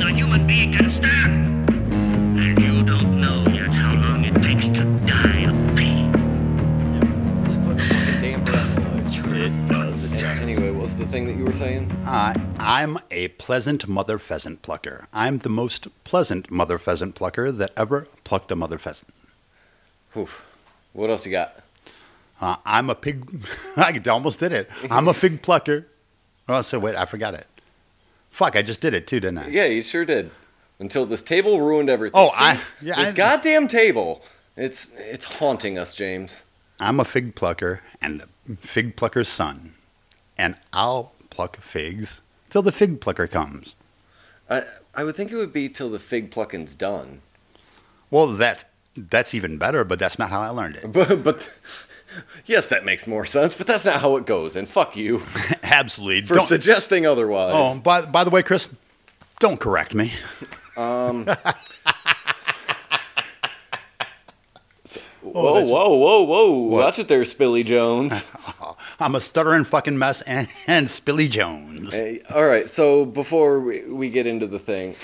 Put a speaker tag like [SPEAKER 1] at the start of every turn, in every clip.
[SPEAKER 1] we can start. And you don't know yet how long it takes to die of pain.
[SPEAKER 2] It does, it does.
[SPEAKER 3] Anyway, what's the thing that you were saying?
[SPEAKER 2] Uh, I'm a pleasant mother pheasant plucker. I'm the most pleasant mother pheasant plucker that ever plucked a mother pheasant.
[SPEAKER 3] Oof. What else you got?
[SPEAKER 2] Uh, I'm a pig. I almost did it. I'm a fig plucker. Oh, so wait, I forgot it. Fuck, I just did it too, didn't I?
[SPEAKER 3] Yeah, you sure did. Until this table ruined everything.
[SPEAKER 2] Oh,
[SPEAKER 3] See?
[SPEAKER 2] I- yeah,
[SPEAKER 3] this
[SPEAKER 2] I-
[SPEAKER 3] goddamn table. It's it's haunting us, James.
[SPEAKER 2] I'm a fig plucker and a fig plucker's son, and I'll pluck figs till the fig plucker comes.
[SPEAKER 3] I I would think it would be till the fig plucking's done.
[SPEAKER 2] Well, that's that's even better, but that's not how I learned it.
[SPEAKER 3] But but yes, that makes more sense. But that's not how it goes. And fuck you for
[SPEAKER 2] Absolutely. don't-
[SPEAKER 3] suggesting otherwise.
[SPEAKER 2] oh, by by the way, Chris, don't correct me.
[SPEAKER 3] whoa,
[SPEAKER 2] that oh, just-
[SPEAKER 3] whoa, whoa, whoa! Watch it there, Spilly Jones.
[SPEAKER 2] I'm a stuttering fucking mess and, and Spilly Jones.
[SPEAKER 3] Hey, Uh, all right, so before we, we get into the thing,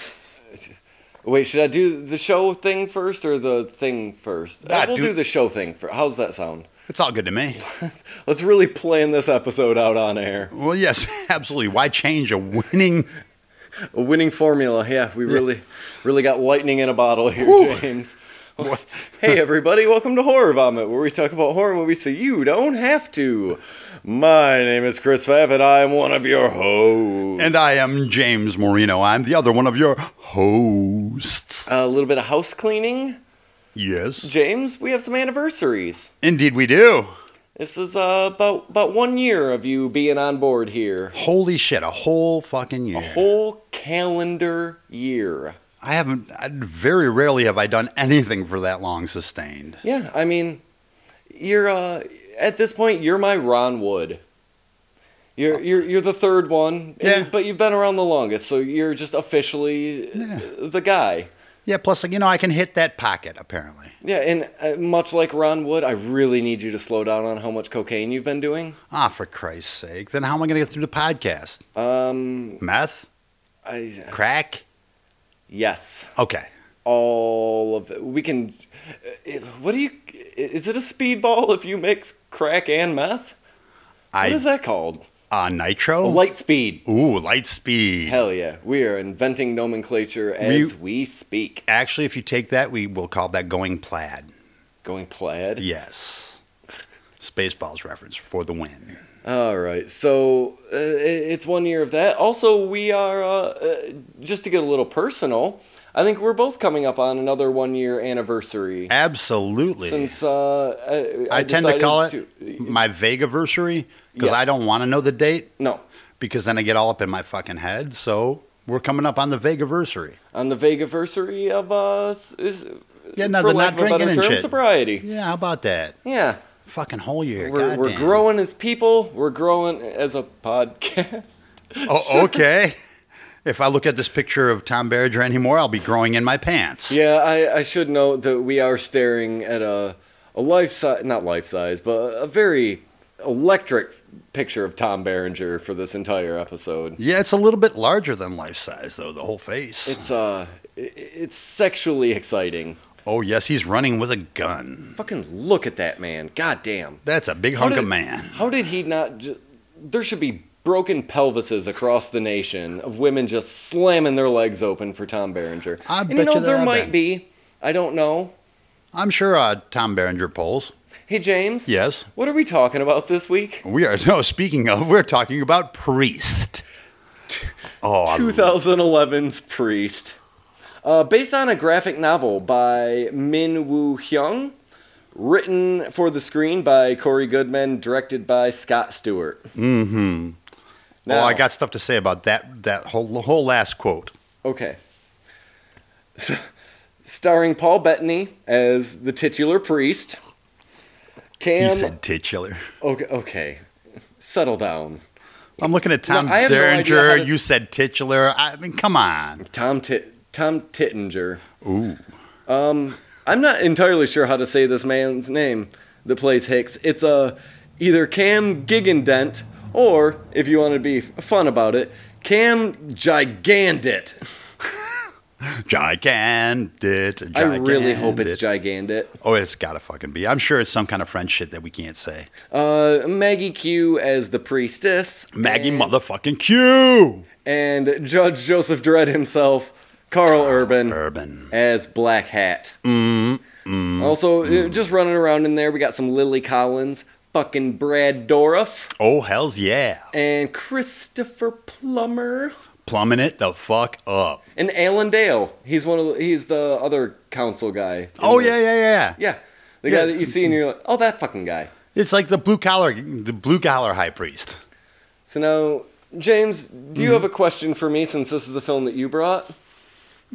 [SPEAKER 3] wait, should I do the show thing first or the thing first?
[SPEAKER 2] Nah,
[SPEAKER 3] I will
[SPEAKER 2] do-
[SPEAKER 3] do, the show thing first. How's that sound?
[SPEAKER 2] It's all good to me.
[SPEAKER 3] Let's really plan this episode out on air.
[SPEAKER 2] Well, yes, absolutely. Why change a winning?
[SPEAKER 3] A winning formula. Yeah, we really, really got lightning in a bottle here, James. hey, everybody, welcome to Horror Vomit, where we talk about horror movies so you don't have to. My name is Chris Fav, and I'm one of your hosts.
[SPEAKER 2] And I am James Moreno. I'm the other one of your hosts.
[SPEAKER 3] a little bit of house cleaning.
[SPEAKER 2] Yes,
[SPEAKER 3] James, we have some anniversaries.
[SPEAKER 2] indeed we do.
[SPEAKER 3] This is uh, about about one year of you being on board here.
[SPEAKER 2] Holy shit, a whole fucking year.
[SPEAKER 3] Whole calendar year.
[SPEAKER 2] I haven't, I, very rarely have I done anything for that long sustained.
[SPEAKER 3] Yeah, I mean, you're uh, at this point you're my Ron Wood. You're you're you're the third one, and-
[SPEAKER 2] Yeah.
[SPEAKER 3] but you've been around the longest, so you're just officially uh, the guy.
[SPEAKER 2] Yeah, plus, like, you know, I can hit that pocket, apparently.
[SPEAKER 3] Yeah, and uh, much like Ron Wood, I really need you to slow down on how much cocaine you've been doing.
[SPEAKER 2] Ah, for Christ's sake. Then how am I going to get through the podcast?
[SPEAKER 3] Um,
[SPEAKER 2] Meth?
[SPEAKER 3] I
[SPEAKER 2] Crack?
[SPEAKER 3] yes.
[SPEAKER 2] Okay.
[SPEAKER 3] all of it. We can. it- What do you? Is it a speedball if you mix crack and meth? What is
[SPEAKER 2] I,
[SPEAKER 3] that called?
[SPEAKER 2] uh, nitro?
[SPEAKER 3] Light speed.
[SPEAKER 2] Ooh, light speed.
[SPEAKER 3] Hell yeah, we are inventing nomenclature as we speak.
[SPEAKER 2] Actually, if you take that, we will call that going plaid.
[SPEAKER 3] Going plaid.
[SPEAKER 2] Yes. Spaceballs reference for the win.
[SPEAKER 3] All right, so uh, i- it's one year of that. Also, we are uh, uh, just to get a little personal. I think we're both coming up on another one year anniversary.
[SPEAKER 2] Absolutely.
[SPEAKER 3] Since uh, I,
[SPEAKER 2] I, tend to
[SPEAKER 3] decided
[SPEAKER 2] call it
[SPEAKER 3] to-
[SPEAKER 2] my vague anniversary because
[SPEAKER 3] Yes.
[SPEAKER 2] I don't want to know the date
[SPEAKER 3] no
[SPEAKER 2] because then I get all up in my fucking head. So we're coming up on the vague anniversary.
[SPEAKER 3] on the vague anniversary of uh, s- is,
[SPEAKER 2] Yeah, no,
[SPEAKER 3] Uh, for lack
[SPEAKER 2] they're not
[SPEAKER 3] of a better
[SPEAKER 2] drinking and
[SPEAKER 3] term,
[SPEAKER 2] shit.
[SPEAKER 3] sobriety.
[SPEAKER 2] Yeah, how about that?
[SPEAKER 3] Yeah,
[SPEAKER 2] Fucking whole year.
[SPEAKER 3] we're, we're
[SPEAKER 2] goddamn.
[SPEAKER 3] growing as people. We're growing as a podcast.
[SPEAKER 2] Oh, okay. if I look at this picture of Tom Berger anymore, I'll be growing in my pants.
[SPEAKER 3] yeah, I, I should note that we are staring at a a life size, not life size, but a very electric picture of Tom Berenger for this entire episode.
[SPEAKER 2] Yeah, it's a little bit larger than life size, though, the whole face.
[SPEAKER 3] It's uh, i- it's sexually exciting.
[SPEAKER 2] oh, yes, he's running with a gun.
[SPEAKER 3] Fucking look at that man. God damn.
[SPEAKER 2] That's a big
[SPEAKER 3] How
[SPEAKER 2] hunk
[SPEAKER 3] did-
[SPEAKER 2] of man.
[SPEAKER 3] How did he not? Ju- there should be broken pelvises across the nation of women just slamming their legs open for Tom Berenger.
[SPEAKER 2] I
[SPEAKER 3] and
[SPEAKER 2] bet
[SPEAKER 3] you know
[SPEAKER 2] you there
[SPEAKER 3] there
[SPEAKER 2] have
[SPEAKER 3] might
[SPEAKER 2] been.
[SPEAKER 3] be. I don't know.
[SPEAKER 2] I'm sure uh, Tom Berenger polls.
[SPEAKER 3] Hey James.
[SPEAKER 2] Yes.
[SPEAKER 3] What are we talking about this week?
[SPEAKER 2] We are no. Speaking of, we're talking about priest. Oh, I-
[SPEAKER 3] 2011's Priest, uh, based on a graphic novel by Min Woo Hyung, written for the screen by Corey Goodman, directed by Scott Stewart. Mm-hmm.
[SPEAKER 2] oh, I got stuff to say about that. That whole whole last quote.
[SPEAKER 3] Okay. Starring Paul Bettany as the titular priest.
[SPEAKER 2] He
[SPEAKER 3] Cam.
[SPEAKER 2] said titular.
[SPEAKER 3] okay, okay. Settle down.
[SPEAKER 2] I'm looking at Tom
[SPEAKER 3] I have no idea
[SPEAKER 2] Berenger.
[SPEAKER 3] how to-
[SPEAKER 2] You said titular. I mean, come on.
[SPEAKER 3] Tom Tit Tom Tittinger.
[SPEAKER 2] Ooh,
[SPEAKER 3] I'm not entirely sure how to say this man's name that plays Hicks. It's uh, either Cam Gigandent or, if you want to be f- fun about it, Cam Gigandit.
[SPEAKER 2] Gigandit.
[SPEAKER 3] I really hope
[SPEAKER 2] Gigandit.
[SPEAKER 3] it's Gigandit.
[SPEAKER 2] Oh, it's gotta fucking be. I'm sure it's some kind of French shit that we can't say.
[SPEAKER 3] Uh, Maggie Q as the priestess.
[SPEAKER 2] Maggie
[SPEAKER 3] and,
[SPEAKER 2] motherfucking Q.
[SPEAKER 3] and Judge Joseph Dredd himself, Carl, Urban,
[SPEAKER 2] Urban. Mm-hmm,
[SPEAKER 3] as Black Hat. Mm, also, uh, just running around in there, we got some Lily Collins, fucking Brad Dorff,
[SPEAKER 2] Oh hell's yeah.
[SPEAKER 3] and Christopher Plummer,
[SPEAKER 2] Plumbing it the fuck up.
[SPEAKER 3] and Alan Dale. He's one of the, he's the other council guy.
[SPEAKER 2] Oh yeah, yeah, yeah.
[SPEAKER 3] yeah, the
[SPEAKER 2] Yeah.
[SPEAKER 3] guy that you see and you're like, oh, that fucking guy.
[SPEAKER 2] It's like the blue collar the blue collar high priest.
[SPEAKER 3] So now, James, do you
[SPEAKER 2] Mm-hmm.
[SPEAKER 3] have a question for me since this is a film that you brought?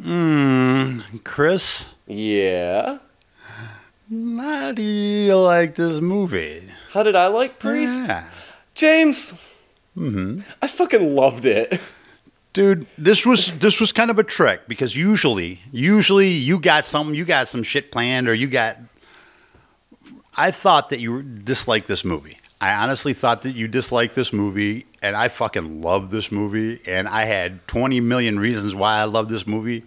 [SPEAKER 2] Mm, Chris,
[SPEAKER 3] Yeah.
[SPEAKER 2] how do you like this movie?
[SPEAKER 3] How did I like Priest?
[SPEAKER 2] Yeah.
[SPEAKER 3] James. Mm-hmm. I fucking loved it.
[SPEAKER 2] Dude, this was this was kind of a trick because usually usually you got some you got some shit planned or you got I thought that you disliked this movie. I honestly thought that you disliked this movie and I fucking love this movie and I had 20 million reasons why I love this movie.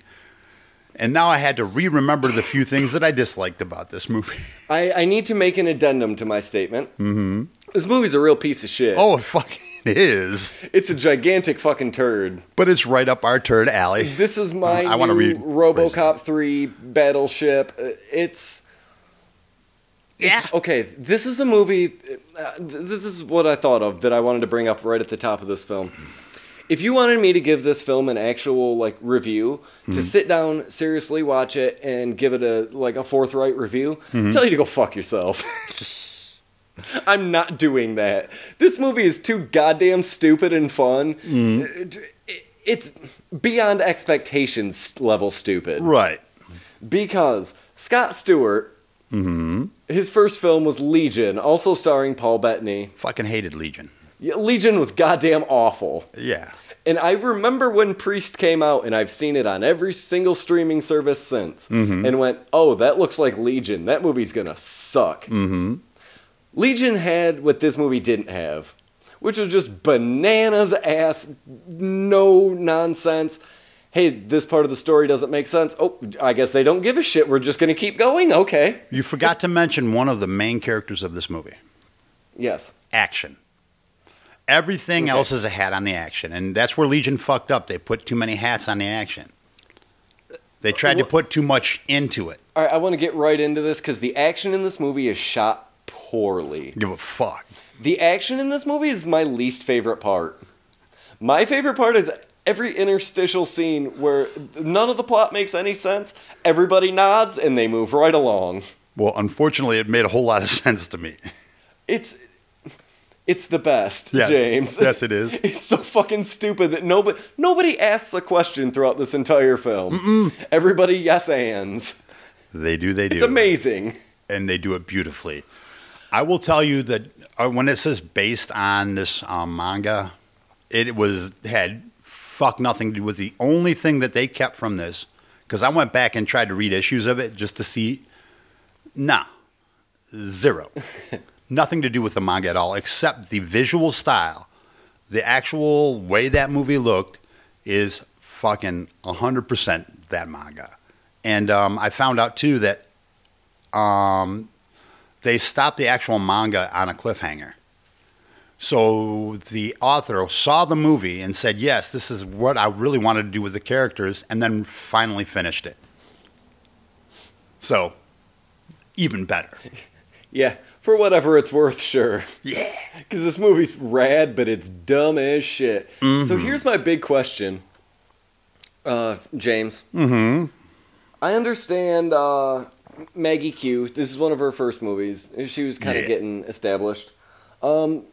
[SPEAKER 2] And now I had to re-remember the few things that I disliked about this movie.
[SPEAKER 3] I, I need to make an addendum to my statement. Mm-hmm. This movie's a real piece of shit.
[SPEAKER 2] Oh, it fucking is.
[SPEAKER 3] It's a gigantic fucking turd.
[SPEAKER 2] But it's right up our turd alley.
[SPEAKER 3] This is my
[SPEAKER 2] I wanna
[SPEAKER 3] new
[SPEAKER 2] read-
[SPEAKER 3] RoboCop 3 battleship. Uh, It's
[SPEAKER 2] Yeah.
[SPEAKER 3] okay, this is a movie. Uh, th- this is what I thought of that I wanted to bring up right at the top of this film. If you wanted me to give this film an actual like review, to sit down, seriously watch it, and give it a like a forthright review, tell you to go fuck yourself. I'm not doing that. This movie is too goddamn stupid and fun. It- It's beyond expectations level stupid
[SPEAKER 2] Right.
[SPEAKER 3] because Scott Stewart, his first film was Legion, also starring Paul Bettany.
[SPEAKER 2] Fucking hated Legion.
[SPEAKER 3] Yeah, Legion was goddamn awful.
[SPEAKER 2] Yeah.
[SPEAKER 3] And I remember when Priest came out, and I've seen it on every single streaming service since, and went, oh, that looks like Legion. That movie's gonna suck. Mm-hmm. Legion had what this movie didn't have, which was just bananas ass, no nonsense. Hey, this part of the story doesn't make sense. Oh, I guess they don't give a shit. We're just gonna keep going. Okay.
[SPEAKER 2] You forgot to mention one of the main characters of this movie
[SPEAKER 3] Yes.
[SPEAKER 2] action. Everything
[SPEAKER 3] Okay.
[SPEAKER 2] else is a hat on the action. And that's where Legion fucked up. They put too many hats on the action. They tried to
[SPEAKER 3] Wha-
[SPEAKER 2] put too much into it.
[SPEAKER 3] All right. I want to get right into this because the action in this movie is shot poorly.
[SPEAKER 2] Give a fuck.
[SPEAKER 3] The action in this movie is my least favorite part. My favorite part is every interstitial scene where none of the plot makes any sense. Everybody nods and they move right along.
[SPEAKER 2] Well, unfortunately, it made a whole lot of sense to me.
[SPEAKER 3] It's it's the best,
[SPEAKER 2] Yes.
[SPEAKER 3] James.
[SPEAKER 2] Yes, it is.
[SPEAKER 3] It's so fucking stupid that nobody nobody asks a question throughout this entire film. Everybody yes ands.
[SPEAKER 2] They do, they do.
[SPEAKER 3] It's amazing.
[SPEAKER 2] and they do it beautifully. I will tell you that uh, when it says based on this um, manga, it was had fuck nothing to do with the only thing that they kept from this. Because I went back and tried to read issues of it just to see. Nah, zero, nothing to do with the manga at all, except the visual style, the actual way that movie looked is fucking hundred percent that manga. And um, I found out too that they stopped the actual manga on a cliffhanger. So the author saw the movie and said, "Yes, this is what I really wanted to do with the characters," and then finally finished it. So, even better.
[SPEAKER 3] Yeah, for whatever it's worth, sure.
[SPEAKER 2] Yeah.
[SPEAKER 3] Because this movie's rad, but it's dumb as shit.
[SPEAKER 2] Mm-hmm.
[SPEAKER 3] So here's my big question, uh, James. Mm-hmm. I understand uh, Maggie Q. This is one of her first movies. She was kind of
[SPEAKER 2] Yeah.
[SPEAKER 3] getting established. Um,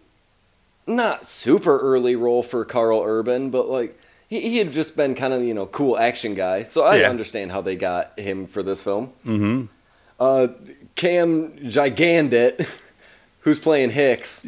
[SPEAKER 3] not super early role for Carl Urban, but like he, he had just been kind of you know cool action guy. So I
[SPEAKER 2] Yeah.
[SPEAKER 3] understand how they got him for this film. Mm-hmm. Uh, Cam Gigandit, who's playing Hicks.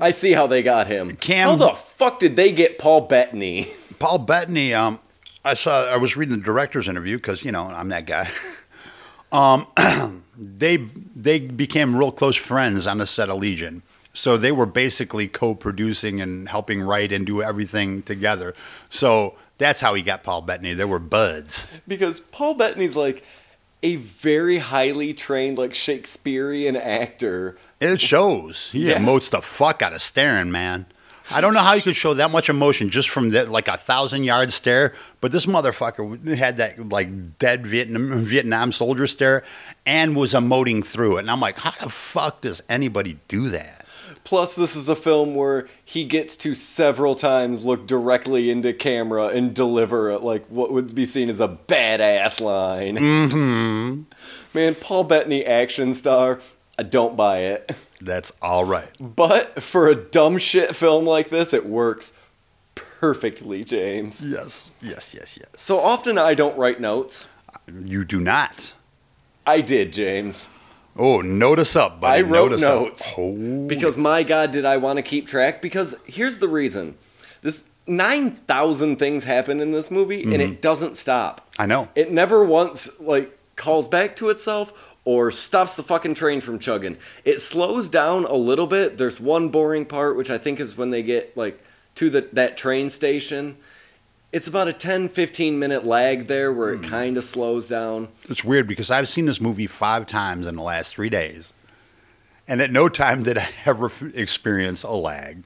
[SPEAKER 3] I see how they got him.
[SPEAKER 2] Cam-
[SPEAKER 3] how the fuck did they get Paul Bettany?
[SPEAKER 2] Paul Bettany. Um, I saw. I was reading the director's interview because you know I'm that guy. Um, they they became real close friends on the set of Legion, so they were basically co-producing and helping write and do everything together. So That's how he got Paul Bettany. They were buds.
[SPEAKER 3] because Paul Bettany's like a very highly trained, like Shakespearean actor.
[SPEAKER 2] It shows. He
[SPEAKER 3] Yeah.
[SPEAKER 2] emotes the fuck out of staring, man. I don't know how you could show that much emotion just from that, like a thousand yard stare. But this motherfucker had that like dead Vietnam Vietnam soldier stare, and was emoting through it. And I'm like, how the fuck does anybody do that?
[SPEAKER 3] Plus, this is a film where he gets to several times look directly into camera and deliver a, like what would be seen as a badass line. Mm-hmm. Man, Paul Bettany action star. I don't buy it.
[SPEAKER 2] That's all right.
[SPEAKER 3] But for a dumb shit film like this, it works perfectly, James.
[SPEAKER 2] Yes, yes, yes, yes.
[SPEAKER 3] So often I don't write notes.
[SPEAKER 2] you do not.
[SPEAKER 3] I did, James.
[SPEAKER 2] Oh, notice up, buddy.
[SPEAKER 3] I wrote
[SPEAKER 2] notice
[SPEAKER 3] notes.
[SPEAKER 2] Up. Oh,
[SPEAKER 3] Because my God, did I want to keep track? Because here's the reason: this nine thousand things happen in this movie, and it doesn't stop.
[SPEAKER 2] I know.
[SPEAKER 3] It never once like calls back to itself or stops the fucking train from chugging. It slows down a little bit. There's one boring part, which I think is when they get like to the that train station. It's about a 10 15 minute lag there where
[SPEAKER 2] Hmm.
[SPEAKER 3] it kind of slows down.
[SPEAKER 2] It's weird because I've seen this movie five times in the last three days, and at no time did I ever f- experience a lag.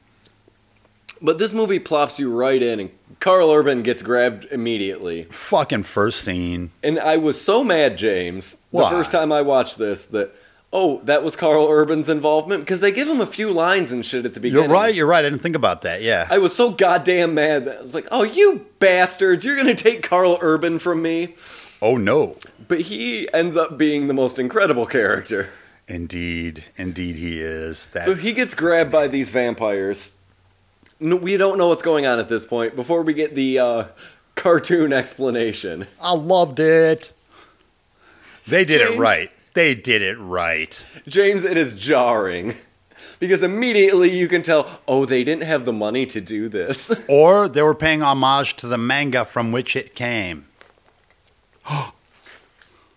[SPEAKER 3] But this movie plops you right in, and Carl Urban gets grabbed immediately.
[SPEAKER 2] Fucking first scene.
[SPEAKER 3] And I was so mad, James,
[SPEAKER 2] Why?
[SPEAKER 3] the first time I watched this that oh, that was Carl Urban's involvement because they give him a few lines and shit at the beginning.
[SPEAKER 2] You're right. You're right. I didn't think about that. Yeah.
[SPEAKER 3] I was so goddamn mad that I was like, "Oh, you bastards! You're gonna take Carl Urban from me!"
[SPEAKER 2] oh no.
[SPEAKER 3] But he ends up being the most incredible character.
[SPEAKER 2] Indeed, indeed, he is. That
[SPEAKER 3] So he gets grabbed by these vampires. No, we don't know what's going on at this point. Before we get the uh, cartoon explanation,
[SPEAKER 2] I loved it. They did it
[SPEAKER 3] James-
[SPEAKER 2] right. They did it right.
[SPEAKER 3] James, it is jarring. Because immediately you can tell, oh, they didn't have the money to do this.
[SPEAKER 2] Or they were paying homage to the manga from which it came.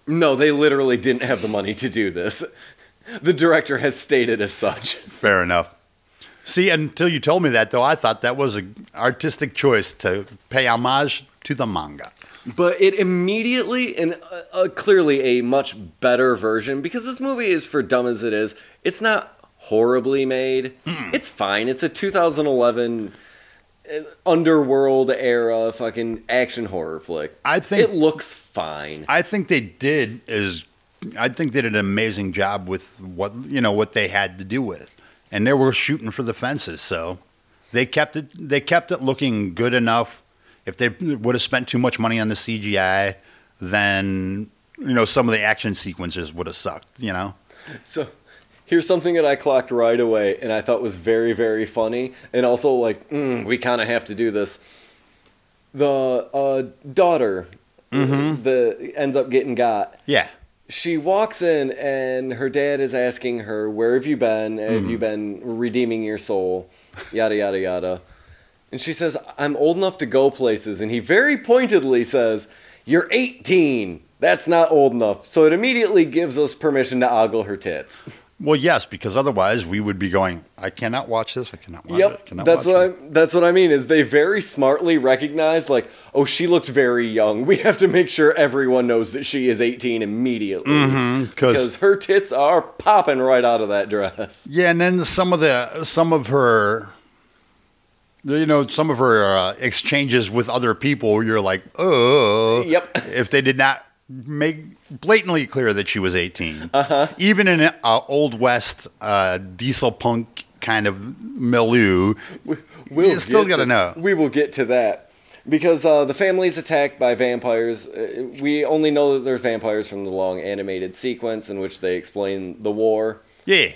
[SPEAKER 3] no, they literally didn't have the money to do this. The director has stated as such.
[SPEAKER 2] Fair enough. See, until you told me that, though, I thought that was an artistic choice to pay homage to the manga.
[SPEAKER 3] But it immediately, and uh, uh, clearly a much better version, because this movie is for dumb as it is, it's not horribly made. It's fine. It's a 2011 uh, underworld era fucking action horror flick.
[SPEAKER 2] I think-
[SPEAKER 3] it looks fine.
[SPEAKER 2] I think they did is I think they did an amazing job with what you know what they had to do with, and they were shooting for the fences. So they kept it they kept it looking good enough. If they would have spent too much money on the CGI, then you know some of the action sequences would have sucked. You know,
[SPEAKER 3] So here's something that I clocked right away and I thought was very, very funny. And also, like, mm, we kind of have to do this. The uh, daughter the ends up getting got.
[SPEAKER 2] yeah,
[SPEAKER 3] She walks in and her dad is asking her, Where have you been? Have you
[SPEAKER 2] Hmm.
[SPEAKER 3] been redeeming your soul? Yada, yada, yada. And she says, I'm old enough to go places. And he very pointedly says, You're 18. That's not old enough. So it immediately gives us permission to ogle her tits.
[SPEAKER 2] well, yes, because otherwise we would be going. I cannot watch this. I cannot watch it. I
[SPEAKER 3] Yep,
[SPEAKER 2] cannot
[SPEAKER 3] that's
[SPEAKER 2] watch
[SPEAKER 3] what I
[SPEAKER 2] it."
[SPEAKER 3] that's what I mean. Is they very smartly recognize like, oh, she looks very young. We have to make sure everyone knows that she is eighteen immediately
[SPEAKER 2] Mm-hmm. 'cause-
[SPEAKER 3] because her tits are popping right out of that dress.
[SPEAKER 2] Yeah, and then some of the some of her, you know, some of her uh, exchanges with other people, you're like, oh,
[SPEAKER 3] Yep.
[SPEAKER 2] If they did not make blatantly clear that she was 18, uh-huh. even in an uh, old west uh, diesel punk kind of milieu, you still
[SPEAKER 3] get
[SPEAKER 2] gotta
[SPEAKER 3] to-
[SPEAKER 2] know.
[SPEAKER 3] We will get to that because uh, the family's attacked by vampires. Uh, We only know that they're vampires from the long animated sequence in which they explain the war.
[SPEAKER 2] Yeah,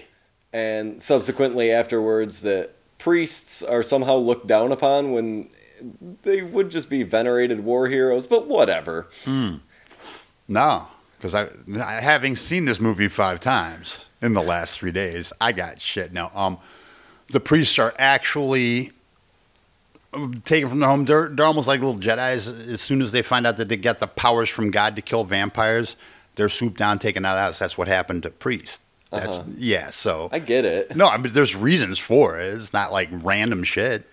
[SPEAKER 3] and subsequently afterwards that priests are somehow looked down upon when they would just be venerated war heroes, but whatever.
[SPEAKER 2] no, because I, I having seen this movie five times in the last three days, I got shit now. Um, the priests are actually um, taken from their home. They're, they're almost like little Jedi's. As soon as they find out that they get the powers from God to kill vampires, they're swooped down, taken out of the house. That's what happened to Priest. That's yeah. So
[SPEAKER 3] I get it.
[SPEAKER 2] no, I mean, there's reasons for it. It's not like random shit.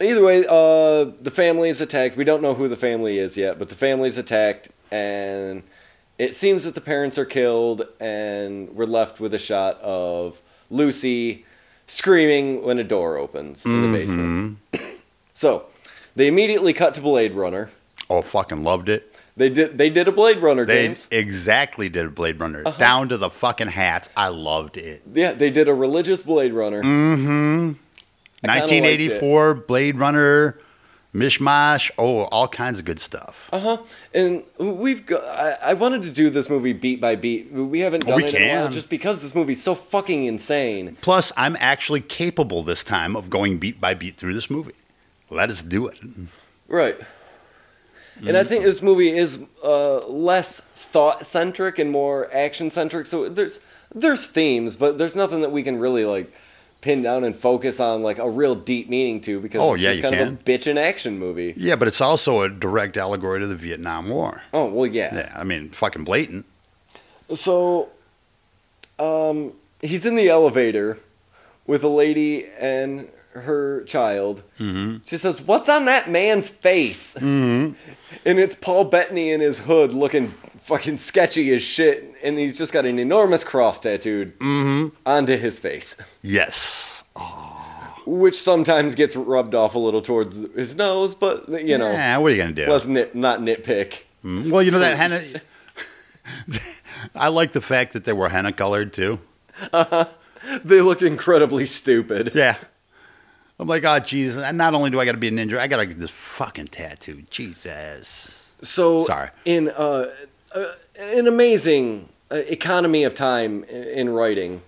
[SPEAKER 3] Either way, uh, the family is attacked. We don't know who the family is yet, but the family is attacked, and it seems that the parents are killed, and we're left with a shot of Lucy screaming when a door opens in the basement.
[SPEAKER 2] Mm-hmm.
[SPEAKER 3] so they immediately cut to Blade Runner.
[SPEAKER 2] Oh, fucking loved it.
[SPEAKER 3] They did. They did a Blade Runner,
[SPEAKER 2] They
[SPEAKER 3] James.
[SPEAKER 2] exactly did a Blade Runner down to the fucking hats. I loved it.
[SPEAKER 3] Yeah, they did a religious Blade Runner.
[SPEAKER 2] Mm-hmm.
[SPEAKER 3] I kinda liked it.
[SPEAKER 2] 1984 Blade Runner, mishmash. Oh, all kinds of good stuff.
[SPEAKER 3] Uh huh. And we've got. I, I wanted to do this movie beat by beat. We haven't
[SPEAKER 2] Oh,
[SPEAKER 3] done
[SPEAKER 2] we
[SPEAKER 3] it in a while
[SPEAKER 2] can.
[SPEAKER 3] just because this movie's so fucking insane.
[SPEAKER 2] Plus, I'm actually capable this time of going beat by beat through this movie. Let us do it.
[SPEAKER 3] Right. And I
[SPEAKER 2] Mm-hmm.
[SPEAKER 3] think this movie is uh, less thought centric and more action centric. So there's there's themes, but there's nothing that we can really like pin down and focus on like a real deep meaning to because
[SPEAKER 2] Oh,
[SPEAKER 3] it's
[SPEAKER 2] yeah,
[SPEAKER 3] just
[SPEAKER 2] you
[SPEAKER 3] kind of a bitch in action movie.
[SPEAKER 2] Yeah, but it's also a direct allegory to the Vietnam War.
[SPEAKER 3] Oh well, yeah.
[SPEAKER 2] Yeah, I mean, fucking blatant.
[SPEAKER 3] So, um, he's in the elevator with a lady and her child. Mm-hmm. She says, "What's on that man's face?" Mm-hmm. And it's Paul Bettany in his hood, looking fucking sketchy as shit, and he's just got an enormous cross tattooed onto his face,
[SPEAKER 2] Yes.
[SPEAKER 3] which sometimes gets rubbed off a little towards his nose, but you know,
[SPEAKER 2] Yeah, what are you going to do?
[SPEAKER 3] let's nit- not nitpick.
[SPEAKER 2] Mm, Well, you know that henna.
[SPEAKER 3] Please.
[SPEAKER 2] I like the fact that they were henna colored too.
[SPEAKER 3] They look incredibly stupid.
[SPEAKER 2] Yeah. I'm like, oh, Jesus. And not only do I got to be a ninja, I got to get this fucking tattoo. Jesus.
[SPEAKER 3] So
[SPEAKER 2] Sorry.
[SPEAKER 3] in uh, uh, an amazing uh, economy of time in, in writing,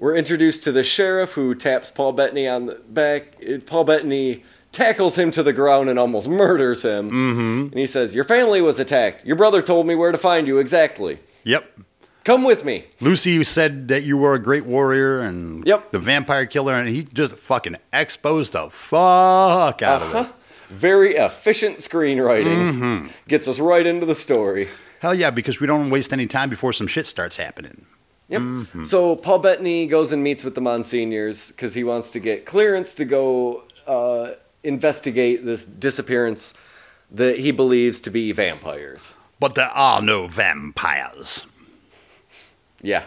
[SPEAKER 3] we're introduced to the sheriff who taps Paul Bettany on the back. It- Paul Bettany tackles him to the ground and almost murders him. Mm-hmm. And he says, "Your family was attacked. Your brother told me where to find you exactly.
[SPEAKER 2] Yep.
[SPEAKER 3] Come with me."
[SPEAKER 2] Lucy, you said that you were a great warrior and
[SPEAKER 3] Yep.
[SPEAKER 2] the vampire killer, and he just fucking exposed the fuck out of it.
[SPEAKER 3] Uh-huh. Very efficient screenwriting gets us right into the story.
[SPEAKER 2] Hell yeah, because we don't waste any time before some shit starts happening.
[SPEAKER 3] Yep.
[SPEAKER 2] Mm-hmm.
[SPEAKER 3] So Paul Bettany goes and meets with the Monsignors because he wants to get clearance to go uh, investigate this disappearance that he believes to be vampires.
[SPEAKER 2] But there are no vampires.
[SPEAKER 3] Yeah.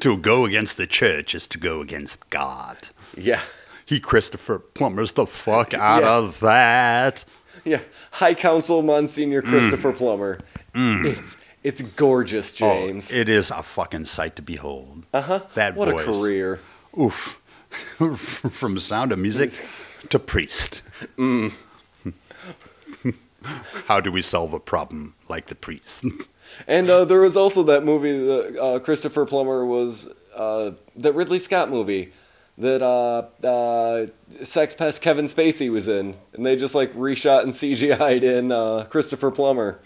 [SPEAKER 2] To go against the church is to go against God.
[SPEAKER 3] Yeah.
[SPEAKER 2] He Christopher Plumbers the fuck out
[SPEAKER 3] Yeah.
[SPEAKER 2] of that.
[SPEAKER 3] Yeah. High Council Monsignor Christopher Plummer. It's it's gorgeous, James.
[SPEAKER 2] Mm. Oh, it is a fucking sight to behold.
[SPEAKER 3] uh huh.
[SPEAKER 2] that
[SPEAKER 3] what
[SPEAKER 2] voice.
[SPEAKER 3] a career.
[SPEAKER 2] Oof. From sound of music to priest.
[SPEAKER 3] Mm.
[SPEAKER 2] How do we solve a problem like the priest?
[SPEAKER 3] And uh, there was also that movie that uh, Christopher Plummer was uh, that Ridley Scott movie that uh, uh, Sex Pest Kevin Spacey was in, and they just like reshot and CGI'd in uh, Christopher Plummer.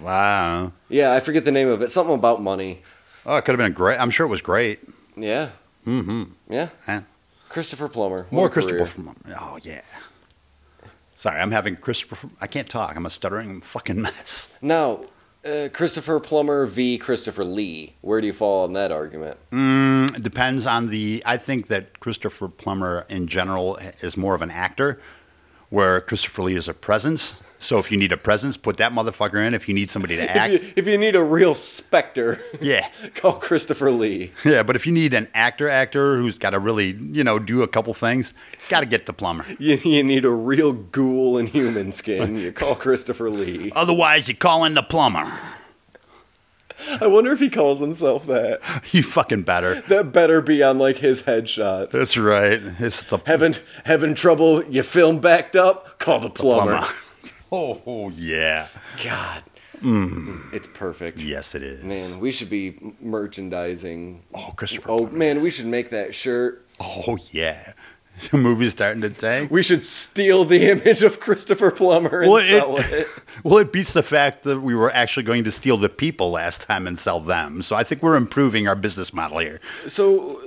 [SPEAKER 2] wow.
[SPEAKER 3] Yeah, I forget the name of it. Something about money.
[SPEAKER 2] Oh, it could have been great. I'm sure it was great.
[SPEAKER 3] Yeah. Mm-hmm. Yeah.
[SPEAKER 2] Huh?
[SPEAKER 3] Christopher Plummer. What
[SPEAKER 2] More
[SPEAKER 3] a career.
[SPEAKER 2] Christopher. From, oh, yeah. Sorry, I'm having Christopher. I can't talk. I'm a stuttering fucking mess.
[SPEAKER 3] Now, uh, Christopher Plummer v. Christopher Lee. Where do you fall on that argument?
[SPEAKER 2] Mm, it depends on the. I think that Christopher Plummer in general is more of an actor, where Christopher Lee is a presence. So if you need a presence, put that motherfucker in. If you need somebody to
[SPEAKER 3] If
[SPEAKER 2] act,
[SPEAKER 3] you, if you need a real specter,
[SPEAKER 2] yeah,
[SPEAKER 3] call Christopher Lee.
[SPEAKER 2] yeah. But if you need an actor, actor who's got to really, you know, do a couple things, got to get the plumber.
[SPEAKER 3] You, you need a real ghoul in human skin. You call Christopher Lee.
[SPEAKER 2] Otherwise, you call in the plumber.
[SPEAKER 3] I wonder if he calls himself that.
[SPEAKER 2] You fucking better.
[SPEAKER 3] That better be on like his headshots.
[SPEAKER 2] That's right. It's the
[SPEAKER 3] Having having trouble? You film backed up? Call the plumber.
[SPEAKER 2] plumber. Oh, oh, yeah.
[SPEAKER 3] God, it's perfect.
[SPEAKER 2] Mm. Yes, it is.
[SPEAKER 3] Man, we should be m- merchandising.
[SPEAKER 2] Oh, Christopher.
[SPEAKER 3] Oh
[SPEAKER 2] Plummer.
[SPEAKER 3] man, we should make that shirt.
[SPEAKER 2] Oh yeah. The movie's starting to tank.
[SPEAKER 3] We should steal the image of Christopher Plummer and
[SPEAKER 2] Well, it-
[SPEAKER 3] sell it.
[SPEAKER 2] Well, it beats the fact that we were actually going to steal the people last time and sell them. So I think we're improving our business model here.
[SPEAKER 3] So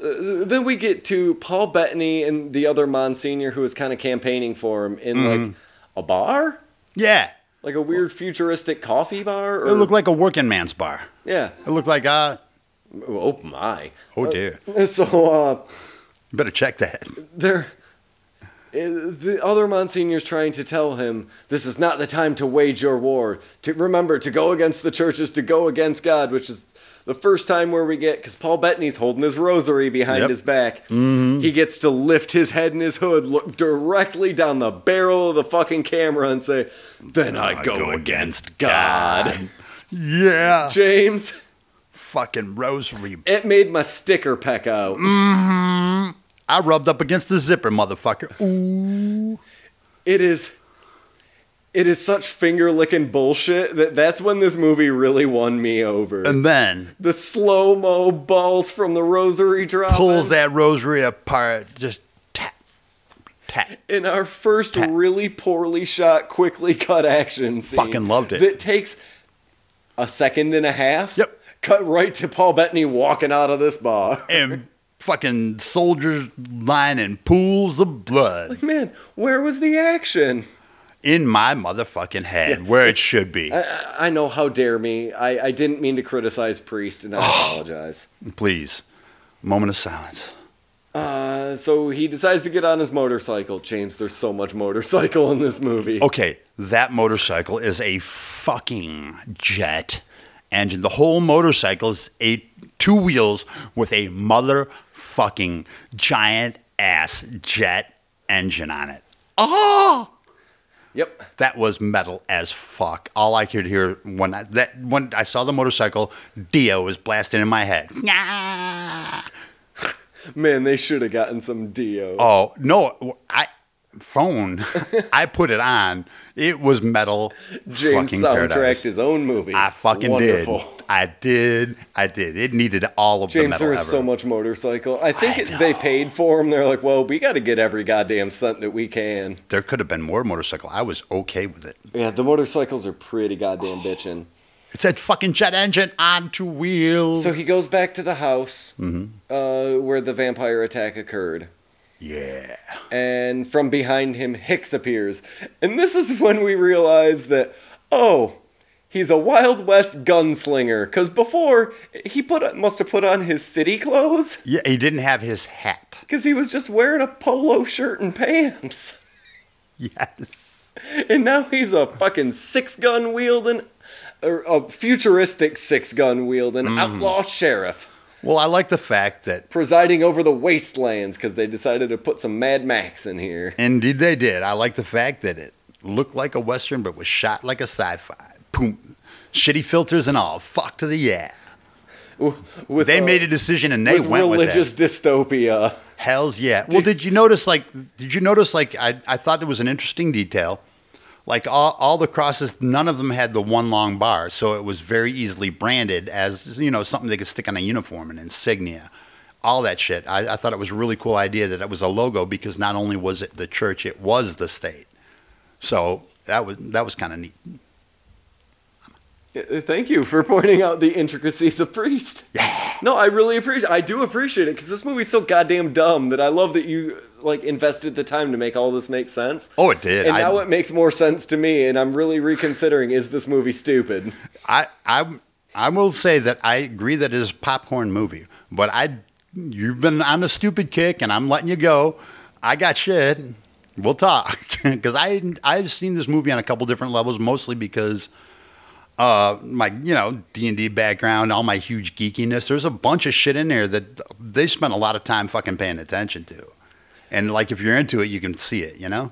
[SPEAKER 3] uh, then we get to Paul Bettany and the other Monsignor who is kind of campaigning for him in
[SPEAKER 2] Mm-hmm.
[SPEAKER 3] like a bar,
[SPEAKER 2] Yeah.
[SPEAKER 3] like a weird futuristic coffee bar. Or,
[SPEAKER 2] It looked like a working man's bar.
[SPEAKER 3] yeah.
[SPEAKER 2] It looked like, uh,
[SPEAKER 3] Oh my.
[SPEAKER 2] oh dear.
[SPEAKER 3] So uh,
[SPEAKER 2] Better check that.
[SPEAKER 3] they're Uh, The other Monsignor's trying to tell him, this is not the time to wage your war. To remember, to go against the church is to go against God, which is the first time where we get, because Paul Bettany's holding his rosary behind
[SPEAKER 2] Yep.
[SPEAKER 3] his back. He gets to lift his head in his hood, look directly down the barrel of the fucking camera, and say, Then I, go, against God.
[SPEAKER 2] Yeah.
[SPEAKER 3] James,
[SPEAKER 2] Fucking rosary.
[SPEAKER 3] it made my sticker peck out.
[SPEAKER 2] I rubbed up against the zipper, motherfucker. Ooh.
[SPEAKER 3] it is it is such finger licking bullshit that that's when this movie really won me over.
[SPEAKER 2] And then
[SPEAKER 3] the slow mo balls from the rosary drop
[SPEAKER 2] pulls that rosary apart. Just tap, tap.
[SPEAKER 3] in our first really poorly shot, quickly cut action scene.
[SPEAKER 2] Fucking loved it.
[SPEAKER 3] That takes a second and a half.
[SPEAKER 2] Yep.
[SPEAKER 3] Cut right to Paul Bettany walking out of this bar.
[SPEAKER 2] And fucking soldiers lining pools of blood
[SPEAKER 3] Man, where was the action?
[SPEAKER 2] in my motherfucking head where it should be.
[SPEAKER 3] I- I, I know how dare me. I, I didn't mean to criticize Priest, and I apologize.
[SPEAKER 2] Please. Moment of silence.
[SPEAKER 3] Uh, so he decides to get on his motorcycle. James, there's so much motorcycle in this movie.
[SPEAKER 2] Okay, that motorcycle is a fucking jet engine. The whole motorcycle is a two wheels with a motherfucking giant ass jet engine on it. Oh,
[SPEAKER 3] Yep.
[SPEAKER 2] that was metal as fuck. All I could hear when I, that when I saw the motorcycle, Dio was blasting in my head.
[SPEAKER 3] Man, they should have gotten some Dio.
[SPEAKER 2] Oh no, I phone. I put it on. It was metal.
[SPEAKER 3] James
[SPEAKER 2] fucking
[SPEAKER 3] soundtracked
[SPEAKER 2] paradise.
[SPEAKER 3] his own movie.
[SPEAKER 2] I fucking
[SPEAKER 3] Wonderful.
[SPEAKER 2] did. I did. I did. It needed all of the
[SPEAKER 3] James,
[SPEAKER 2] metal
[SPEAKER 3] there
[SPEAKER 2] ever.
[SPEAKER 3] was so much motorcycle. I think
[SPEAKER 2] I
[SPEAKER 3] it, they
[SPEAKER 2] know.
[SPEAKER 3] paid for him. They're like, well, we got to get every goddamn cent that we can.
[SPEAKER 2] There could have been more motorcycle. I was okay with it.
[SPEAKER 3] Yeah, the motorcycles are pretty goddamn bitchin'.
[SPEAKER 2] It said fucking jet engine on two wheels.
[SPEAKER 3] So he goes back to the house
[SPEAKER 2] Mm-hmm.
[SPEAKER 3] uh, where the vampire attack occurred.
[SPEAKER 2] yeah.
[SPEAKER 3] and from behind him Hicks appears. And this is when we realize that oh, he's a Wild West gunslinger cuz before he put must have put on his city clothes
[SPEAKER 2] Yeah. He didn't have his hat.
[SPEAKER 3] cuz he was just wearing a polo shirt and pants.
[SPEAKER 2] Yes.
[SPEAKER 3] And now he's a fucking six-gun wielding or a futuristic six-gun wielding
[SPEAKER 2] Hmm.
[SPEAKER 3] outlaw sheriff
[SPEAKER 2] Well, I like the fact that
[SPEAKER 3] presiding over the wastelands cuz they decided to put some Mad Max in here.
[SPEAKER 2] indeed they did. I like the fact that it looked like a western but was shot like a sci-fi. Boom. Shitty filters and all. Fuck to the yeah.
[SPEAKER 3] W- With
[SPEAKER 2] They
[SPEAKER 3] uh,
[SPEAKER 2] made a decision and they
[SPEAKER 3] with
[SPEAKER 2] went with that.
[SPEAKER 3] religious dystopia.
[SPEAKER 2] Hell's yeah. Well, did you notice like did you notice like I, I thought it was an interesting detail. Like all, all the crosses, none of them had the one long bar, so it was very easily branded as you know something they could stick on a uniform and insignia, all that shit. I, I thought it was a really cool idea that it was a logo because not only was it the church, it was the state. So that was that was kind of neat.
[SPEAKER 3] Uh, Thank you for pointing out the intricacies of Priest. No, I really appreciate. I do appreciate it because this movie's so goddamn dumb that I love that you like invested the time to make all this make sense.
[SPEAKER 2] Oh, it did.
[SPEAKER 3] and
[SPEAKER 2] I-
[SPEAKER 3] now it makes more sense to me, and I'm really reconsidering: is this movie stupid?
[SPEAKER 2] I I I will say that I agree that it is a popcorn movie, but I you've been on a stupid kick, and I'm letting you go. I got shit. We'll talk because I I've seen this movie on a couple different levels, mostly because uh my you know D and D background, all my huge geekiness. There's a bunch of shit in there that they spent a lot of time fucking paying attention to, and like if you're into it, you can see it. You know.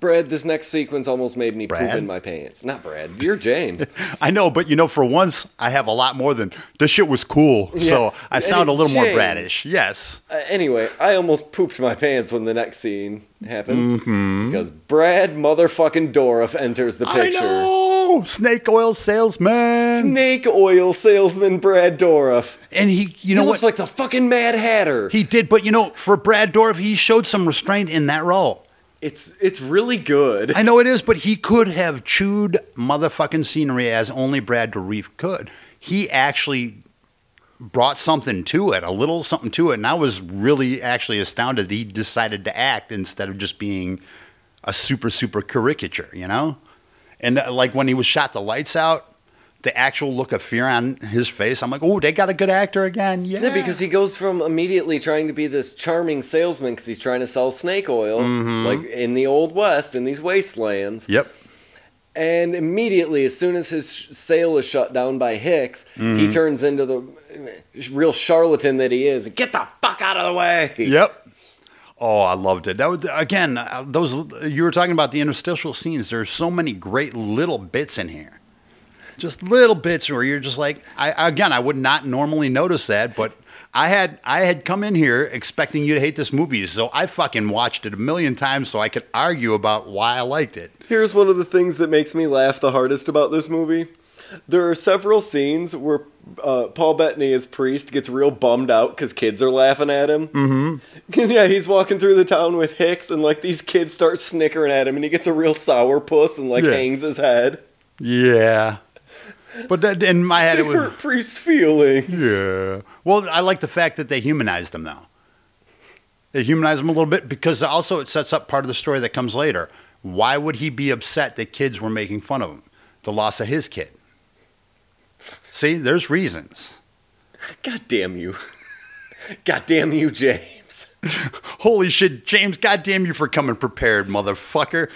[SPEAKER 3] Brad, this next sequence almost made me poop
[SPEAKER 2] Brad?
[SPEAKER 3] in my pants. Not Brad, you're James.
[SPEAKER 2] I know, but you know, for once, I have a lot more than this shit was cool. So
[SPEAKER 3] Yeah.
[SPEAKER 2] I sound a little more
[SPEAKER 3] James.
[SPEAKER 2] bradish. Yes.
[SPEAKER 3] Uh, anyway, I almost pooped my pants when the next scene happened because Brad motherfucking Dorff enters the picture.
[SPEAKER 2] I know. Snake oil salesman.
[SPEAKER 3] Snake oil salesman Brad Dorff.
[SPEAKER 2] and he, you
[SPEAKER 3] he
[SPEAKER 2] know
[SPEAKER 3] looks
[SPEAKER 2] what?
[SPEAKER 3] like the fucking Mad Hatter.
[SPEAKER 2] he did, but you know, for Brad Dorff, he showed some restraint in that role.
[SPEAKER 3] it's it's really good.
[SPEAKER 2] I know it is, but he could have chewed motherfucking scenery as only Brad Dourif could. He actually brought something to it, a little something to it, and I was really actually astounded that he decided to act instead of just being a super super caricature, you know? And uh, like when he was shot the lights out, the actual look of fear on his face, I'm like, oh, they got a good actor again. Yeah.
[SPEAKER 3] Yeah, because he goes from immediately trying to be this charming salesman because he's trying to sell snake oil, like in the old west in these wastelands,
[SPEAKER 2] Yep.
[SPEAKER 3] and immediately as soon as his sh- sale is shut down by Hicks, he turns into the uh, real charlatan that he is. and Get the fuck out of the way!
[SPEAKER 2] Yep. Oh, I loved it. That would again. uh, Those you were talking about the interstitial scenes. There's so many great little bits in here, just little bits where you're just like, I again, I would not normally notice that, but I had I had come in here expecting you to hate this movie, so I fucking watched it a million times so I could argue about why I liked it.
[SPEAKER 3] Here's one of the things that makes me laugh the hardest about this movie. There are several scenes where uh, Paul Bettany as priest gets real bummed out because kids are laughing at him. Mm-hmm. Cause yeah, he's walking through the town with Hicks, and like these kids start snickering at him, and he gets a real sour puss and like
[SPEAKER 2] Yeah.
[SPEAKER 3] hangs his head.
[SPEAKER 2] Yeah, but that, in my head
[SPEAKER 3] It
[SPEAKER 2] it was
[SPEAKER 3] hurt priest's feelings.
[SPEAKER 2] Yeah. Well, I like the fact that they humanized them, though. They humanized them a little bit because also it sets up part of the story that comes later. Why would he be upset that kids were making fun of him? The loss of his kid. See, there's reasons.
[SPEAKER 3] God damn you! God damn you, James!
[SPEAKER 2] Holy shit, James, goddamn you for coming prepared, motherfucker.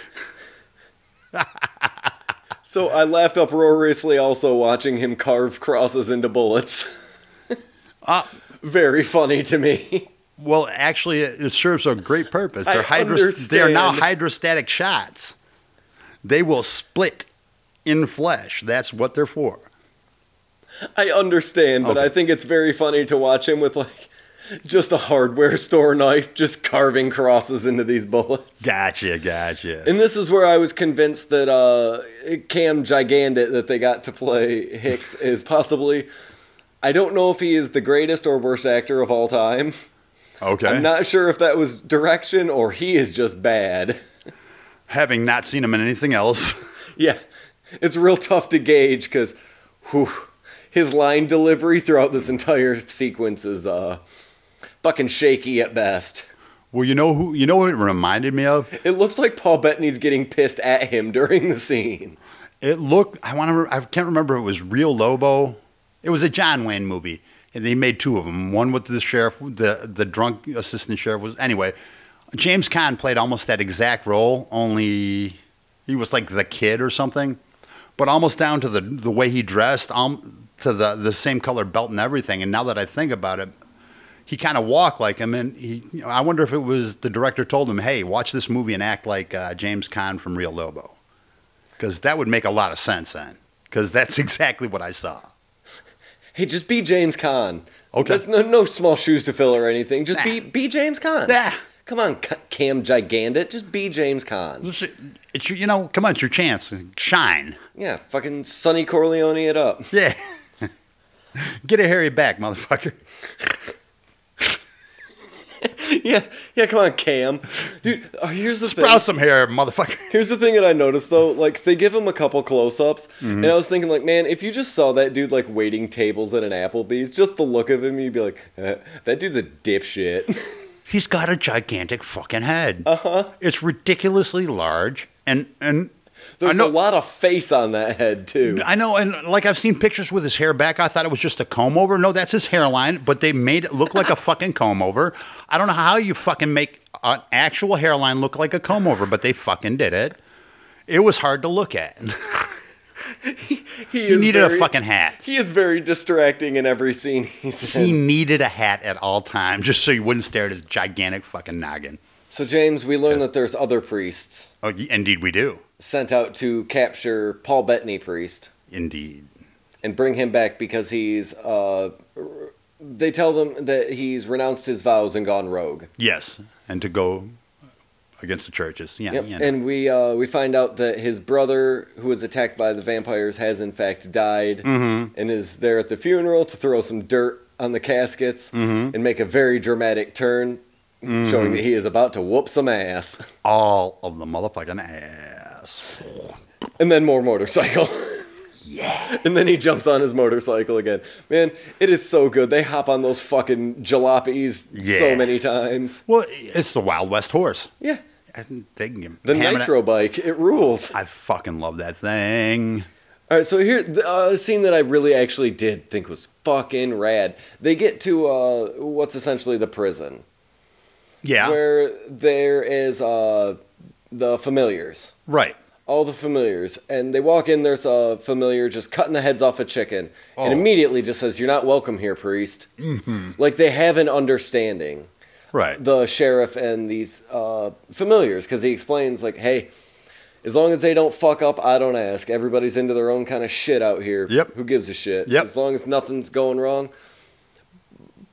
[SPEAKER 3] So I laughed uproariously also watching him carve crosses into bullets.
[SPEAKER 2] Uh,
[SPEAKER 3] Very funny to me.
[SPEAKER 2] well, actually, it, it serves a great purpose.
[SPEAKER 3] I
[SPEAKER 2] They're, hydros- they're now
[SPEAKER 3] understand.
[SPEAKER 2] hydrostatic shots, they will split in flesh. That's what they're for.
[SPEAKER 3] I understand, but
[SPEAKER 2] Okay.
[SPEAKER 3] I think it's very funny to watch him with like just a hardware store knife, just carving crosses into these bullets.
[SPEAKER 2] Gotcha, gotcha.
[SPEAKER 3] And this is where I was convinced that uh, Cam Gigandit that they got to play Hicks is possibly. I don't know if he is the greatest or worst actor of all time.
[SPEAKER 2] Okay.
[SPEAKER 3] I'm not sure if that was direction or he is just bad.
[SPEAKER 2] Having not seen him in anything else.
[SPEAKER 3] Yeah, it's real tough to gauge because, whew, his line delivery throughout this entire sequence is uh, fucking shaky at best.
[SPEAKER 2] well, you know who you know what it reminded me of?
[SPEAKER 3] It looks like Paul Bettany's getting pissed at him during the scenes.
[SPEAKER 2] It looked I want to I can't remember if it was Real Lobo. It was a John Wayne movie. And they made two of them. One with the sheriff, the the drunk assistant sheriff was anyway. James Caan played almost that exact role, only he was like the kid or something. But almost down to the the way he dressed, um, to the the same color belt and everything. And now that I think about it, he kind of walked like him, and he. You know, I wonder if it was the director told him, "Hey, watch this movie and act like uh, James Caan from Real Lobo," because that would make a lot of sense then, because that's exactly what I saw.
[SPEAKER 3] Hey, just be James Caan.
[SPEAKER 2] Okay.
[SPEAKER 3] That's no, no small shoes to fill or anything. Just be, be James Caan.
[SPEAKER 2] Nah.
[SPEAKER 3] Come on, C- Cam Gigandit. Just be James Caan.
[SPEAKER 2] It's, it's your- you know, come on, it's your chance, shine,
[SPEAKER 3] Yeah, fucking Sonny Corleone it up.
[SPEAKER 2] yeah. Get a hairy back, motherfucker.
[SPEAKER 3] yeah, yeah, come on, Cam. Dude, uh, here's the thing.
[SPEAKER 2] Sprout some hair, motherfucker.
[SPEAKER 3] Here's the thing that I noticed though, like they give him a couple close-ups,
[SPEAKER 2] Mm-hmm.
[SPEAKER 3] and I was thinking like, man, if you just saw that dude like waiting tables at an Applebee's, just the look of him, you'd be like, "Eh, that dude's a dipshit.
[SPEAKER 2] He's got a gigantic fucking head. Uh huh. It's ridiculously large, and and I
[SPEAKER 3] There's
[SPEAKER 2] know,
[SPEAKER 3] a lot of face on that head too.
[SPEAKER 2] I know, and like I've seen pictures with his hair back. I thought it was just a comb over. No, that's his hairline, but they made it look like a fucking comb over. I don't know how you fucking make an actual hairline look like a comb over, but they fucking did it. It was hard to look at.
[SPEAKER 3] He
[SPEAKER 2] He
[SPEAKER 3] is
[SPEAKER 2] needed a
[SPEAKER 3] very-
[SPEAKER 2] fucking hat.
[SPEAKER 3] He is very distracting in every scene he's in.
[SPEAKER 2] He needed a hat at all times, just so you wouldn't stare at his gigantic fucking noggin.
[SPEAKER 3] so James, we learn that there's other priests
[SPEAKER 2] Oh, y- indeed, we do.
[SPEAKER 3] sent out to capture Paul Bettany priest.
[SPEAKER 2] Indeed.
[SPEAKER 3] and bring him back because he's uh they tell them that he's renounced his vows and gone rogue.
[SPEAKER 2] Yes, and to go against the churches. Yeah.
[SPEAKER 3] Yep.
[SPEAKER 2] yeah.
[SPEAKER 3] And we uh, we find out that his brother, who was attacked by the vampires, has in fact died,
[SPEAKER 2] Mm-hmm.
[SPEAKER 3] and is there at the funeral to throw some dirt on the caskets
[SPEAKER 2] Mm-hmm.
[SPEAKER 3] and make a very dramatic turn, showing that he is about to whoop some ass,
[SPEAKER 2] all of the motherfucking ass.
[SPEAKER 3] and then more motorcycle. Yeah. And then he jumps on his motorcycle again. Man, it is so good. They hop on those fucking jalopies so
[SPEAKER 2] Yeah.
[SPEAKER 3] many times.
[SPEAKER 2] Well, it's the Wild West horse.
[SPEAKER 3] Yeah.
[SPEAKER 2] I think They can
[SPEAKER 3] The
[SPEAKER 2] hammer that-
[SPEAKER 3] nitro bike, it rules.
[SPEAKER 2] I fucking love that thing.
[SPEAKER 3] All right, so here the uh, scene that I really actually did think was fucking rad. They get to uh, what's essentially the prison,
[SPEAKER 2] Yeah.
[SPEAKER 3] where there is uh, the familiars,
[SPEAKER 2] right.
[SPEAKER 3] all the familiars, and they walk in. There's a familiar just cutting the heads off a chicken,
[SPEAKER 2] Oh.
[SPEAKER 3] and immediately just says, "You're not welcome here, priest." Mm-hmm. Like they have an understanding
[SPEAKER 2] Right.
[SPEAKER 3] the sheriff and these uh, familiars because he explains like, "Hey, as long as they don't fuck up, I don't ask. Everybody's into their own kind of shit out here.
[SPEAKER 2] Yep.
[SPEAKER 3] Who gives a shit?
[SPEAKER 2] Yep.
[SPEAKER 3] As long as nothing's going wrong."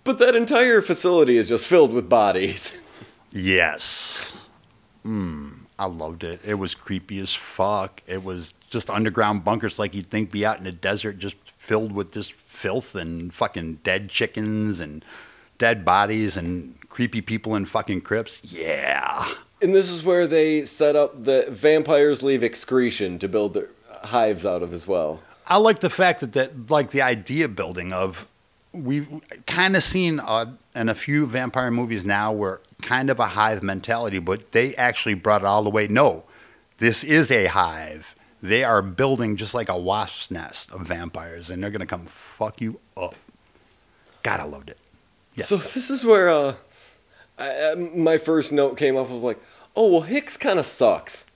[SPEAKER 3] But that entire facility is just filled with bodies.
[SPEAKER 2] yes. Mm, I loved it. It was creepy as fuck. It was just underground bunkers like you'd think be out in the desert, just filled with just filth and fucking dead chickens and dead bodies and creepy people in fucking crypts. Yeah.
[SPEAKER 3] And this is where they set up the vampires leave excretion to build their hives out of as well.
[SPEAKER 2] I like the fact that that like the idea building of we've kind of seen uh, in a few vampire movies now where kind of a hive mentality, but they actually brought it all the way. No, this is a hive. They are building just like a wasp's nest of vampires, and they're gonna come fuck you up. God, I loved it. Yes.
[SPEAKER 3] So this is where uh, I, I, my first note came up of like, oh well, Hicks kind of sucks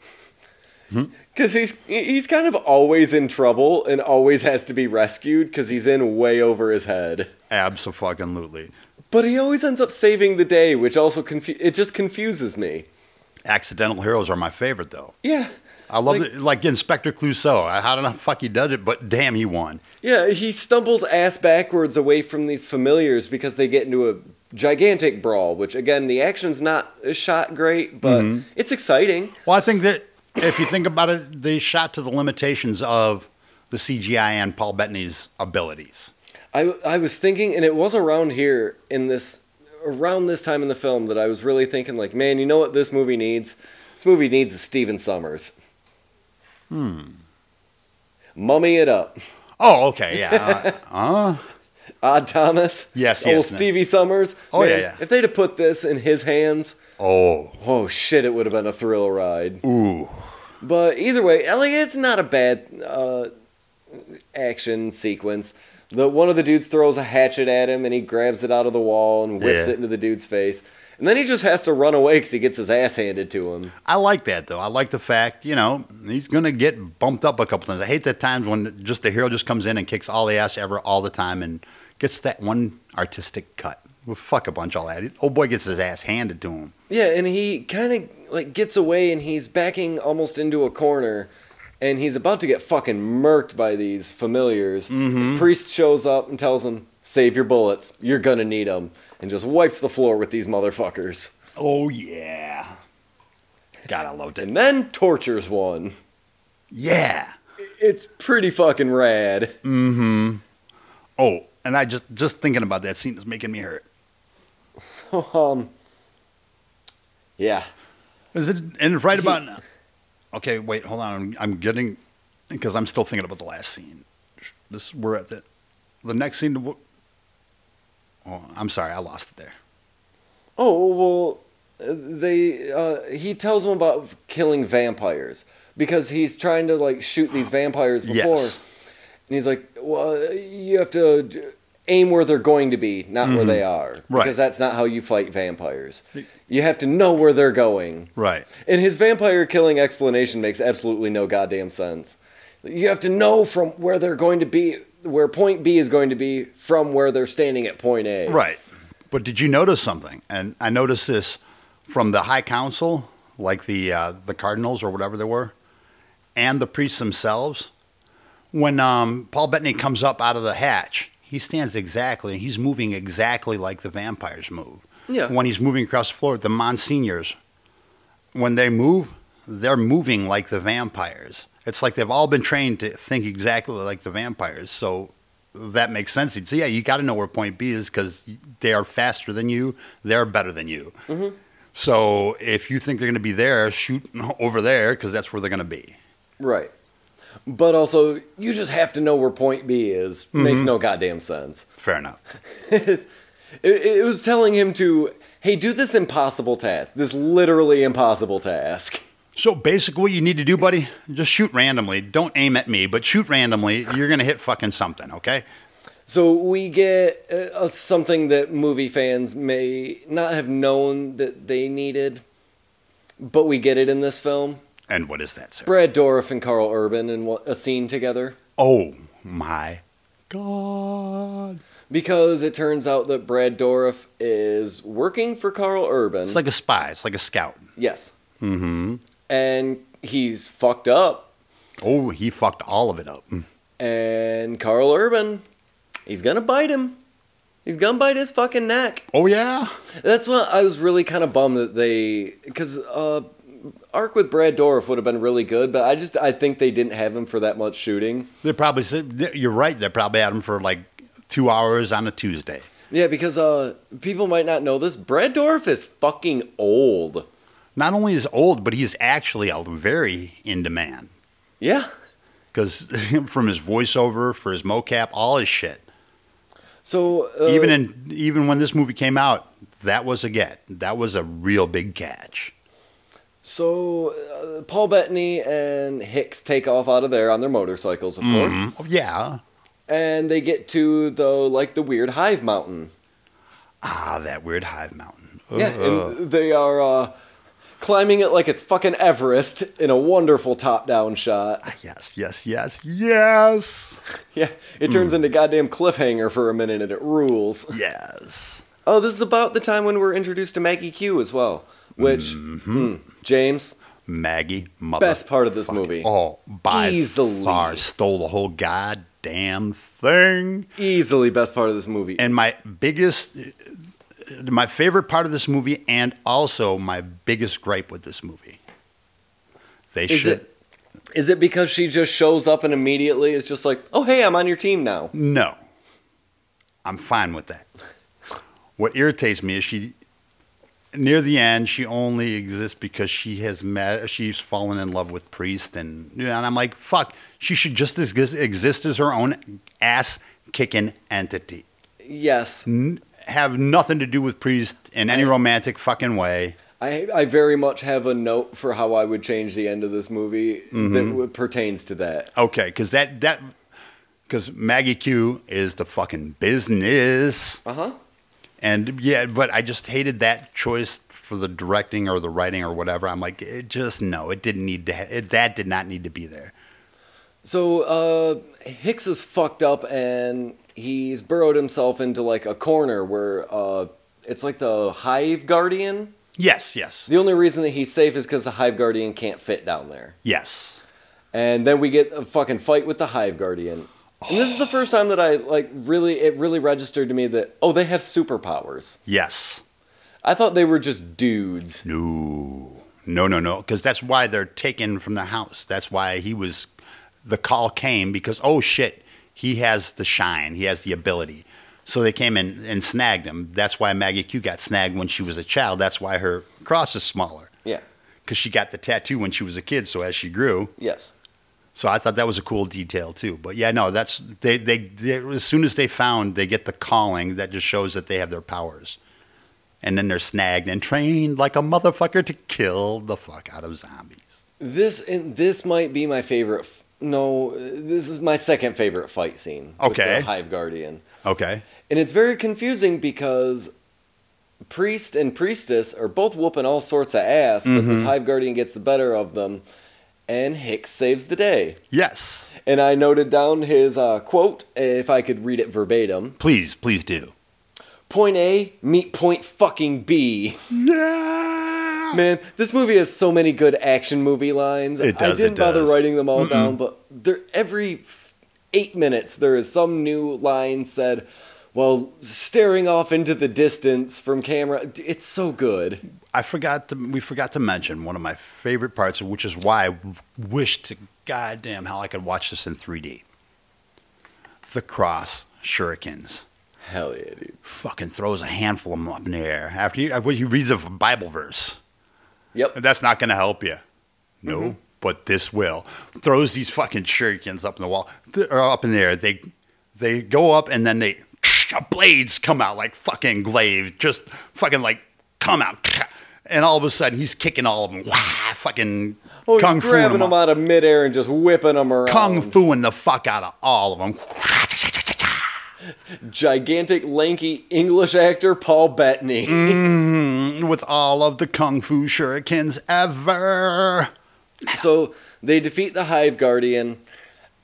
[SPEAKER 3] because he's he's kind of always in trouble and always has to be rescued because he's in way over his head.
[SPEAKER 2] Absolutely.
[SPEAKER 3] But he always ends up saving the day, which also confu- it just confuses me.
[SPEAKER 2] Accidental heroes are my favorite though.
[SPEAKER 3] Yeah,
[SPEAKER 2] I love
[SPEAKER 3] Like-
[SPEAKER 2] it. Like Inspector Clouseau. I, I don't know how the fuck he did it, but damn, he won.
[SPEAKER 3] yeah, he stumbles ass backwards away from these familiars because they get into a gigantic brawl. Which again, the action's not uh, shot great, but it's exciting.
[SPEAKER 2] Well, I think that if you think about it, they shot to the limitations of the CGI and Paul Bettany's abilities.
[SPEAKER 3] I I was thinking, and it was around here in this around this time in the film that I was really thinking, like, man, you know what this movie needs? This movie needs a Steven Summers. Hmm. Mummy it up.
[SPEAKER 2] Oh, okay, yeah. Uh, uh,
[SPEAKER 3] Odd Thomas.
[SPEAKER 2] Yes,
[SPEAKER 3] Old
[SPEAKER 2] yes, no.
[SPEAKER 3] Stevie Summers.
[SPEAKER 2] Oh, yeah, yeah.
[SPEAKER 3] If they'd have put this in his hands,
[SPEAKER 2] oh,
[SPEAKER 3] oh shit, it would have been a thrill ride.
[SPEAKER 2] ooh,
[SPEAKER 3] But either way, like it's not a bad uh, action sequence. The one of the dudes throws a hatchet at him, and he grabs it out of the wall and whips
[SPEAKER 2] Yeah.
[SPEAKER 3] it into the dude's face. And then he just has to run away because he gets his ass handed to him.
[SPEAKER 2] I like that though. I like the fact you know he's gonna get bumped up a couple times. I hate the times when just the hero just comes in and kicks all the ass ever all the time and gets that one artistic cut. Well, fuck a bunch all that. Old boy gets his ass handed to him.
[SPEAKER 3] Yeah, and he kind of like gets away, and he's backing almost into a corner, and he's about to get fucking murked by these familiars. The priest shows up and tells him, "Save your bullets. You're gonna need them," and just wipes the floor with these motherfuckers,
[SPEAKER 2] Oh yeah. God, I loved it.
[SPEAKER 3] and then tortures one.
[SPEAKER 2] Yeah.
[SPEAKER 3] It's pretty fucking rad.
[SPEAKER 2] Oh, and I just just thinking about that scene is making me hurt.
[SPEAKER 3] Um, yeah.
[SPEAKER 2] Is it and right about now? Okay, wait, hold on. I'm, I'm getting because I'm still thinking about the last scene. This we're at the the next scene. w- Oh, I'm sorry, I lost it there.
[SPEAKER 3] Oh well, uh, they uh, he tells him about killing vampires because he's trying to like shoot these vampires before,
[SPEAKER 2] Yes.
[SPEAKER 3] and he's like, "Well, you have to d- aim where they're going to be, not where they are,
[SPEAKER 2] Mm-hmm. Right.
[SPEAKER 3] because that's not how you fight vampires. You have to know where they're going."
[SPEAKER 2] Right.
[SPEAKER 3] And his vampire killing explanation makes absolutely no goddamn sense. You have to know from where they're going to be, where point B is going to be, from where they're standing at point A.
[SPEAKER 2] Right. But did you notice something? And I noticed this from the High Council, like the uh, the cardinals or whatever they were, and the priests themselves. When um, Paul Bettany comes up out of the hatch, he stands exactly. He's moving exactly like the vampires move.
[SPEAKER 3] Yeah.
[SPEAKER 2] When he's moving across the floor, the monsignors, when they move, they're moving like the vampires. It's like they've all been trained to think exactly like the vampires. So that makes sense. So yeah, you got to know where point B is because they are faster than you. They're better than you. So if you think they're going to be there, shoot over there because that's where they're going to be.
[SPEAKER 3] Right. But also, you just have to know where point B is. Makes no goddamn sense.
[SPEAKER 2] Fair enough.
[SPEAKER 3] it, it was telling him to, hey, do this impossible task, this literally impossible task.
[SPEAKER 2] So basically, what you need to do, buddy, just shoot randomly. Don't aim at me, but shoot randomly. You're gonna hit fucking something, okay?
[SPEAKER 3] So we get uh, something that movie fans may not have known that they needed, but we get it in this film.
[SPEAKER 2] And what is that, sir?
[SPEAKER 3] Brad Dourif and Carl Urban in one- a scene together
[SPEAKER 2] Oh my god!
[SPEAKER 3] because it turns out that Brad Dourif is working for Carl Urban.
[SPEAKER 2] It's like a spy. It's like a scout.
[SPEAKER 3] yes. Mm-hmm. And he's fucked up,
[SPEAKER 2] Oh, he fucked all of it up.
[SPEAKER 3] and Carl Urban, he's gonna bite him. He's gonna bite his fucking neck.
[SPEAKER 2] Oh yeah.
[SPEAKER 3] That's what I was really kind of bummed that they, because uh, arc with Brad Dorff would have been really good, but I just I think they didn't have him for that much shooting.
[SPEAKER 2] They probably said you're right. They probably had him for like two hours on a Tuesday.
[SPEAKER 3] Yeah, because uh, people might not know this. Brad Dorff is fucking old.
[SPEAKER 2] Not only is old, but he's actually a very in demand
[SPEAKER 3] Yeah.
[SPEAKER 2] because from his voiceover, for his mocap, all his shit.
[SPEAKER 3] So uh,
[SPEAKER 2] even in even when this movie came out, that was a get. That was a real big catch.
[SPEAKER 3] so uh, Paul Bettany and Hicks take off out of there on their motorcycles, of course,
[SPEAKER 2] Oh, yeah.
[SPEAKER 3] and they get to though like the weird hive mountain.
[SPEAKER 2] Ah, that weird hive mountain.
[SPEAKER 3] Yeah,
[SPEAKER 2] Ugh.
[SPEAKER 3] and they are uh, climbing it like it's fucking Everest in a wonderful top-down shot.
[SPEAKER 2] Ah, yes, yes, yes, yes,
[SPEAKER 3] Yeah, it turns into goddamn cliffhanger for a minute and it rules.
[SPEAKER 2] yes.
[SPEAKER 3] Oh, this is about the time when we're introduced to Maggie Q as well, which mm, James
[SPEAKER 2] Maggie, mother.
[SPEAKER 3] best part of this movie.
[SPEAKER 2] Oh, by
[SPEAKER 3] Easily.
[SPEAKER 2] far stole the whole goddamn thing.
[SPEAKER 3] Easily best part of this movie.
[SPEAKER 2] And my biggest, my favorite part of this movie, and also my biggest gripe with this movie. They
[SPEAKER 3] is
[SPEAKER 2] should.
[SPEAKER 3] it is it because she just shows up and immediately is just like, "Oh, hey, I'm on your team now."
[SPEAKER 2] No. I'm fine with that. What irritates me is she near the end she only exists because she has met she's fallen in love with priest and you know, and I'm like fuck she should just exist, exist as her own ass kicking entity
[SPEAKER 3] Yes.
[SPEAKER 2] N- have nothing to do with priest in any romantic fucking way
[SPEAKER 3] I I very much have a note for how I would change the end of this movie that w- pertains to that.
[SPEAKER 2] okay cuz that that cuz Maggie Q is the fucking business
[SPEAKER 3] Uh-huh.
[SPEAKER 2] And yeah, but I just hated that choice for the directing or the writing or whatever. I'm like, it just no, it didn't need to. Ha- it, that did not need to be there.
[SPEAKER 3] So uh, Hicks is fucked up and he's burrowed himself into like a corner where uh, it's like the Hive Guardian.
[SPEAKER 2] Yes, yes,
[SPEAKER 3] The only reason that he's safe is because the Hive Guardian can't fit down there.
[SPEAKER 2] yes.
[SPEAKER 3] And then we get a fucking fight with the Hive Guardian. And this is the first time that I like really it really registered to me that oh they have superpowers.
[SPEAKER 2] Yes.
[SPEAKER 3] I thought they were just dudes.
[SPEAKER 2] No. No, no, no. Because that's why they're taken from the house. That's why he was. The call came because oh shit, he has the shine. He has the ability. So they came in and snagged him. That's why Maggie Q got snagged when she was a child. That's why her cross is smaller
[SPEAKER 3] Yeah.
[SPEAKER 2] because she got the tattoo when she was a kid. So as she grew,
[SPEAKER 3] Yes.
[SPEAKER 2] So I thought that was a cool detail too. But yeah, no, that's they, they they as soon as they found they get the calling that just shows that they have their powers. And then they're snagged and trained like a motherfucker to kill the fuck out of zombies.
[SPEAKER 3] This and this might be my favorite. F- no, this is my second favorite fight scene. with
[SPEAKER 2] Okay.
[SPEAKER 3] the Hive Guardian.
[SPEAKER 2] Okay.
[SPEAKER 3] And it's very confusing because priest and priestess are both whooping all sorts of ass, but this Hive Guardian gets the better of them, and Hicks saves the day.
[SPEAKER 2] Yes.
[SPEAKER 3] And I noted down his uh, quote, if I could read it verbatim
[SPEAKER 2] Please, please do.
[SPEAKER 3] Point A, meet point fucking B.
[SPEAKER 2] Yeah.
[SPEAKER 3] Man, this movie has so many good action movie lines.
[SPEAKER 2] It
[SPEAKER 3] I
[SPEAKER 2] does, it
[SPEAKER 3] didn't bother
[SPEAKER 2] does.
[SPEAKER 3] writing them all down, but there every f- eight minutes there is some new line said while staring off into the distance from camera. D- It's so good.
[SPEAKER 2] I forgot to we forgot to mention one of my favorite parts, which is why I wish to goddamn how I could watch this in 3D. The cross shurikens.
[SPEAKER 3] Hell yeah, dude.
[SPEAKER 2] fucking throws a handful of them up in the air after he, after he reads a Bible verse.
[SPEAKER 3] Yep.
[SPEAKER 2] That's not going to help you. No,
[SPEAKER 3] Mm-hmm.
[SPEAKER 2] but this will. Throws these fucking shurikens up in the wall th- or up in the air. They they go up and then they blades come out like fucking glaive, just fucking like come out. and all of a sudden he's kicking all of them. Wah, fucking
[SPEAKER 3] Oh,
[SPEAKER 2] kung
[SPEAKER 3] he's
[SPEAKER 2] fu
[SPEAKER 3] grabbing them out of midair and just whipping them around.
[SPEAKER 2] kung fuing the fuck out of all of them.
[SPEAKER 3] Gigantic, lanky English actor Paul Bettany.
[SPEAKER 2] Mm. With all of the kung fu shurikens ever.
[SPEAKER 3] So they defeat the Hive Guardian,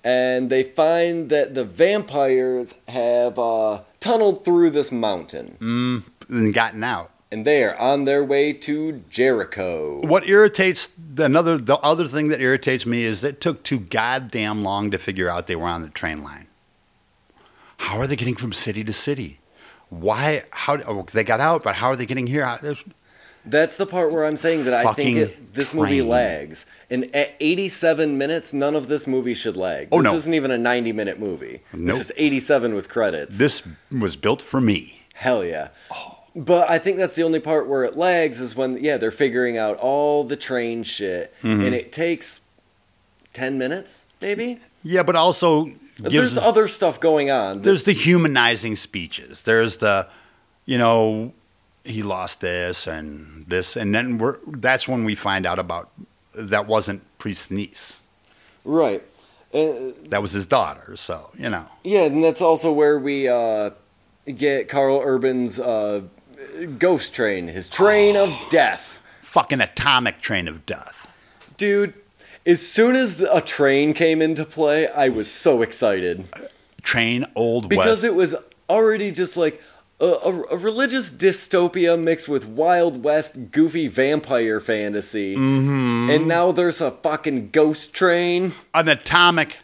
[SPEAKER 3] and they find that the vampires have uh, tunneled through this mountain,
[SPEAKER 2] And gotten out.
[SPEAKER 3] and they are on their way to Jericho.
[SPEAKER 2] What irritates the another the other thing that irritates me is that it took too goddamn long to figure out they were on the train line. How are they getting from city to city? Why? How oh, they got out? But how are they getting here? How- there's-
[SPEAKER 3] That's the part where I'm saying that I think
[SPEAKER 2] Fucking
[SPEAKER 3] it, this movie
[SPEAKER 2] train.
[SPEAKER 3] lags. And at 87 minutes, none of this movie should lag.
[SPEAKER 2] Oh,
[SPEAKER 3] this
[SPEAKER 2] no.
[SPEAKER 3] isn't even a 90 minute movie.
[SPEAKER 2] Nope.
[SPEAKER 3] This is 87 with credits.
[SPEAKER 2] This was built for me.
[SPEAKER 3] Hell yeah. But I think that's the only part where it lags is when yeah they're figuring out all the train shit
[SPEAKER 2] Mm-hmm.
[SPEAKER 3] and it takes ten minutes maybe.
[SPEAKER 2] Yeah, but also gives
[SPEAKER 3] There's other stuff going on.
[SPEAKER 2] there's the humanizing speeches. There's the, you know, he lost this and this, and then we're that's when we find out about that wasn't priest's niece.
[SPEAKER 3] right. Uh,
[SPEAKER 2] That was his daughter. So you know,
[SPEAKER 3] yeah, and that's also where we uh, get Carl Urban's uh, ghost train, his train of death,
[SPEAKER 2] fucking atomic train of death.
[SPEAKER 3] dude. As soon as the, a train came into play, I was so excited.
[SPEAKER 2] Train old
[SPEAKER 3] because
[SPEAKER 2] west.
[SPEAKER 3] it was already just like a, a, a religious dystopia mixed with Wild West goofy vampire fantasy. Mm-hmm. And now there's a fucking ghost train.
[SPEAKER 2] An atomic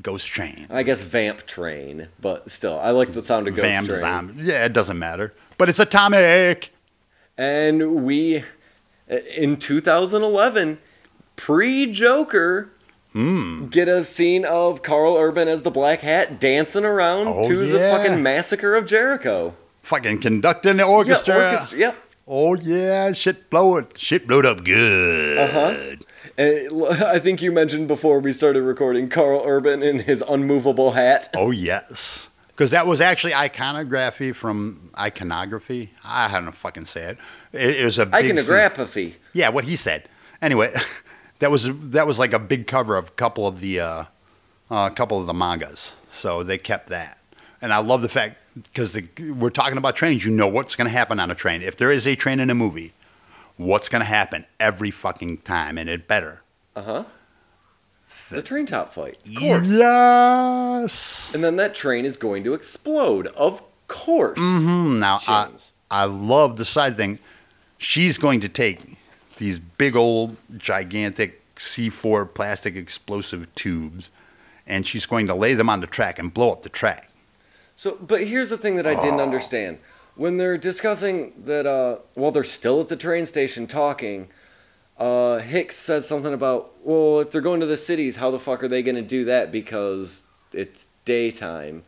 [SPEAKER 2] ghost train.
[SPEAKER 3] I guess vamp train, but still, I like the sound of ghost
[SPEAKER 2] Vam
[SPEAKER 3] train.
[SPEAKER 2] zom- Yeah, it doesn't matter. But it's atomic.
[SPEAKER 3] And we, in 2011, pre Joker.
[SPEAKER 2] Mm.
[SPEAKER 3] Get a scene of Carl Urban as the Black Hat dancing around
[SPEAKER 2] Oh,
[SPEAKER 3] to the
[SPEAKER 2] yeah.
[SPEAKER 3] fucking massacre of Jericho.
[SPEAKER 2] Fucking conducting the orchestra.
[SPEAKER 3] Yeah, orchestra. Yep.
[SPEAKER 2] Oh yeah, shit blow it. Shit blowed up good.
[SPEAKER 3] Uh-huh. Uh, I think you mentioned before we started recording Carl Urban in his unmovable hat.
[SPEAKER 2] Oh yes, because that was actually iconography from iconography. I don't know if I can say it. It, it was a big
[SPEAKER 3] Iconography.
[SPEAKER 2] scene- Yeah, what he said. Anyway, that was that was like a big cover of a couple of the uh, uh, couple of the mangas. So they kept that, and I love the fact because we're talking about trains. You know what's going to happen on a train if there is a train in a movie. What's going to happen every fucking time, and it better.
[SPEAKER 3] Uh huh. The train top fight. Of course.
[SPEAKER 2] Yes.
[SPEAKER 3] And then that train is going to explode. Of course.
[SPEAKER 2] Hmm, now I,
[SPEAKER 3] James.
[SPEAKER 2] I love the side thing. She's going to take these big old gigantic C4 plastic explosive tubes and she's going to lay them on the track and blow up the track.
[SPEAKER 3] So, but here's the thing that I
[SPEAKER 2] Ah.
[SPEAKER 3] didn't understand. When they're discussing that, uh, while they're still at the train station talking, uh, Hicks says something about, well, if they're going to the cities, how the fuck are they going to do that because it's daytime?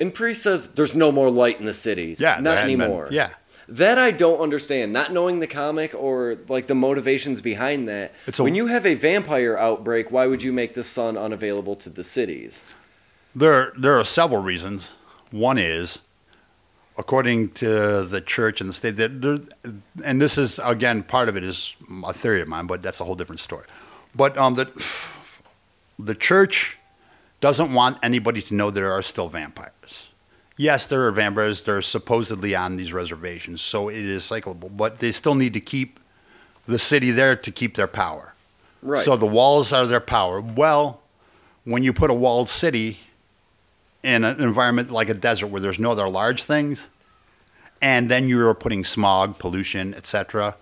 [SPEAKER 3] And Priest says, there's no more light in the cities.
[SPEAKER 2] Yeah,
[SPEAKER 3] Not
[SPEAKER 2] there hadn't been-
[SPEAKER 3] anymore.
[SPEAKER 2] yeah.
[SPEAKER 3] That I don't understand. Not knowing the comic or like the motivations behind that.
[SPEAKER 2] It's a-
[SPEAKER 3] when you have a vampire outbreak, why would you make the sun unavailable to the cities?
[SPEAKER 2] There, there are several reasons. One is, according to the church and the state, that there, and this is again part of it is a theory of mine, but that's a whole different story. But um, the the church doesn't want anybody to know there are still vampires. Yes, there are vampires. They're supposedly on these reservations, so it is cyclable. But they still need to keep the city there to keep their power.
[SPEAKER 3] Right.
[SPEAKER 2] So the walls are their power. Well, when you put a walled city in an environment like a desert where there's no other large things, and then you're putting smog, pollution, etc.,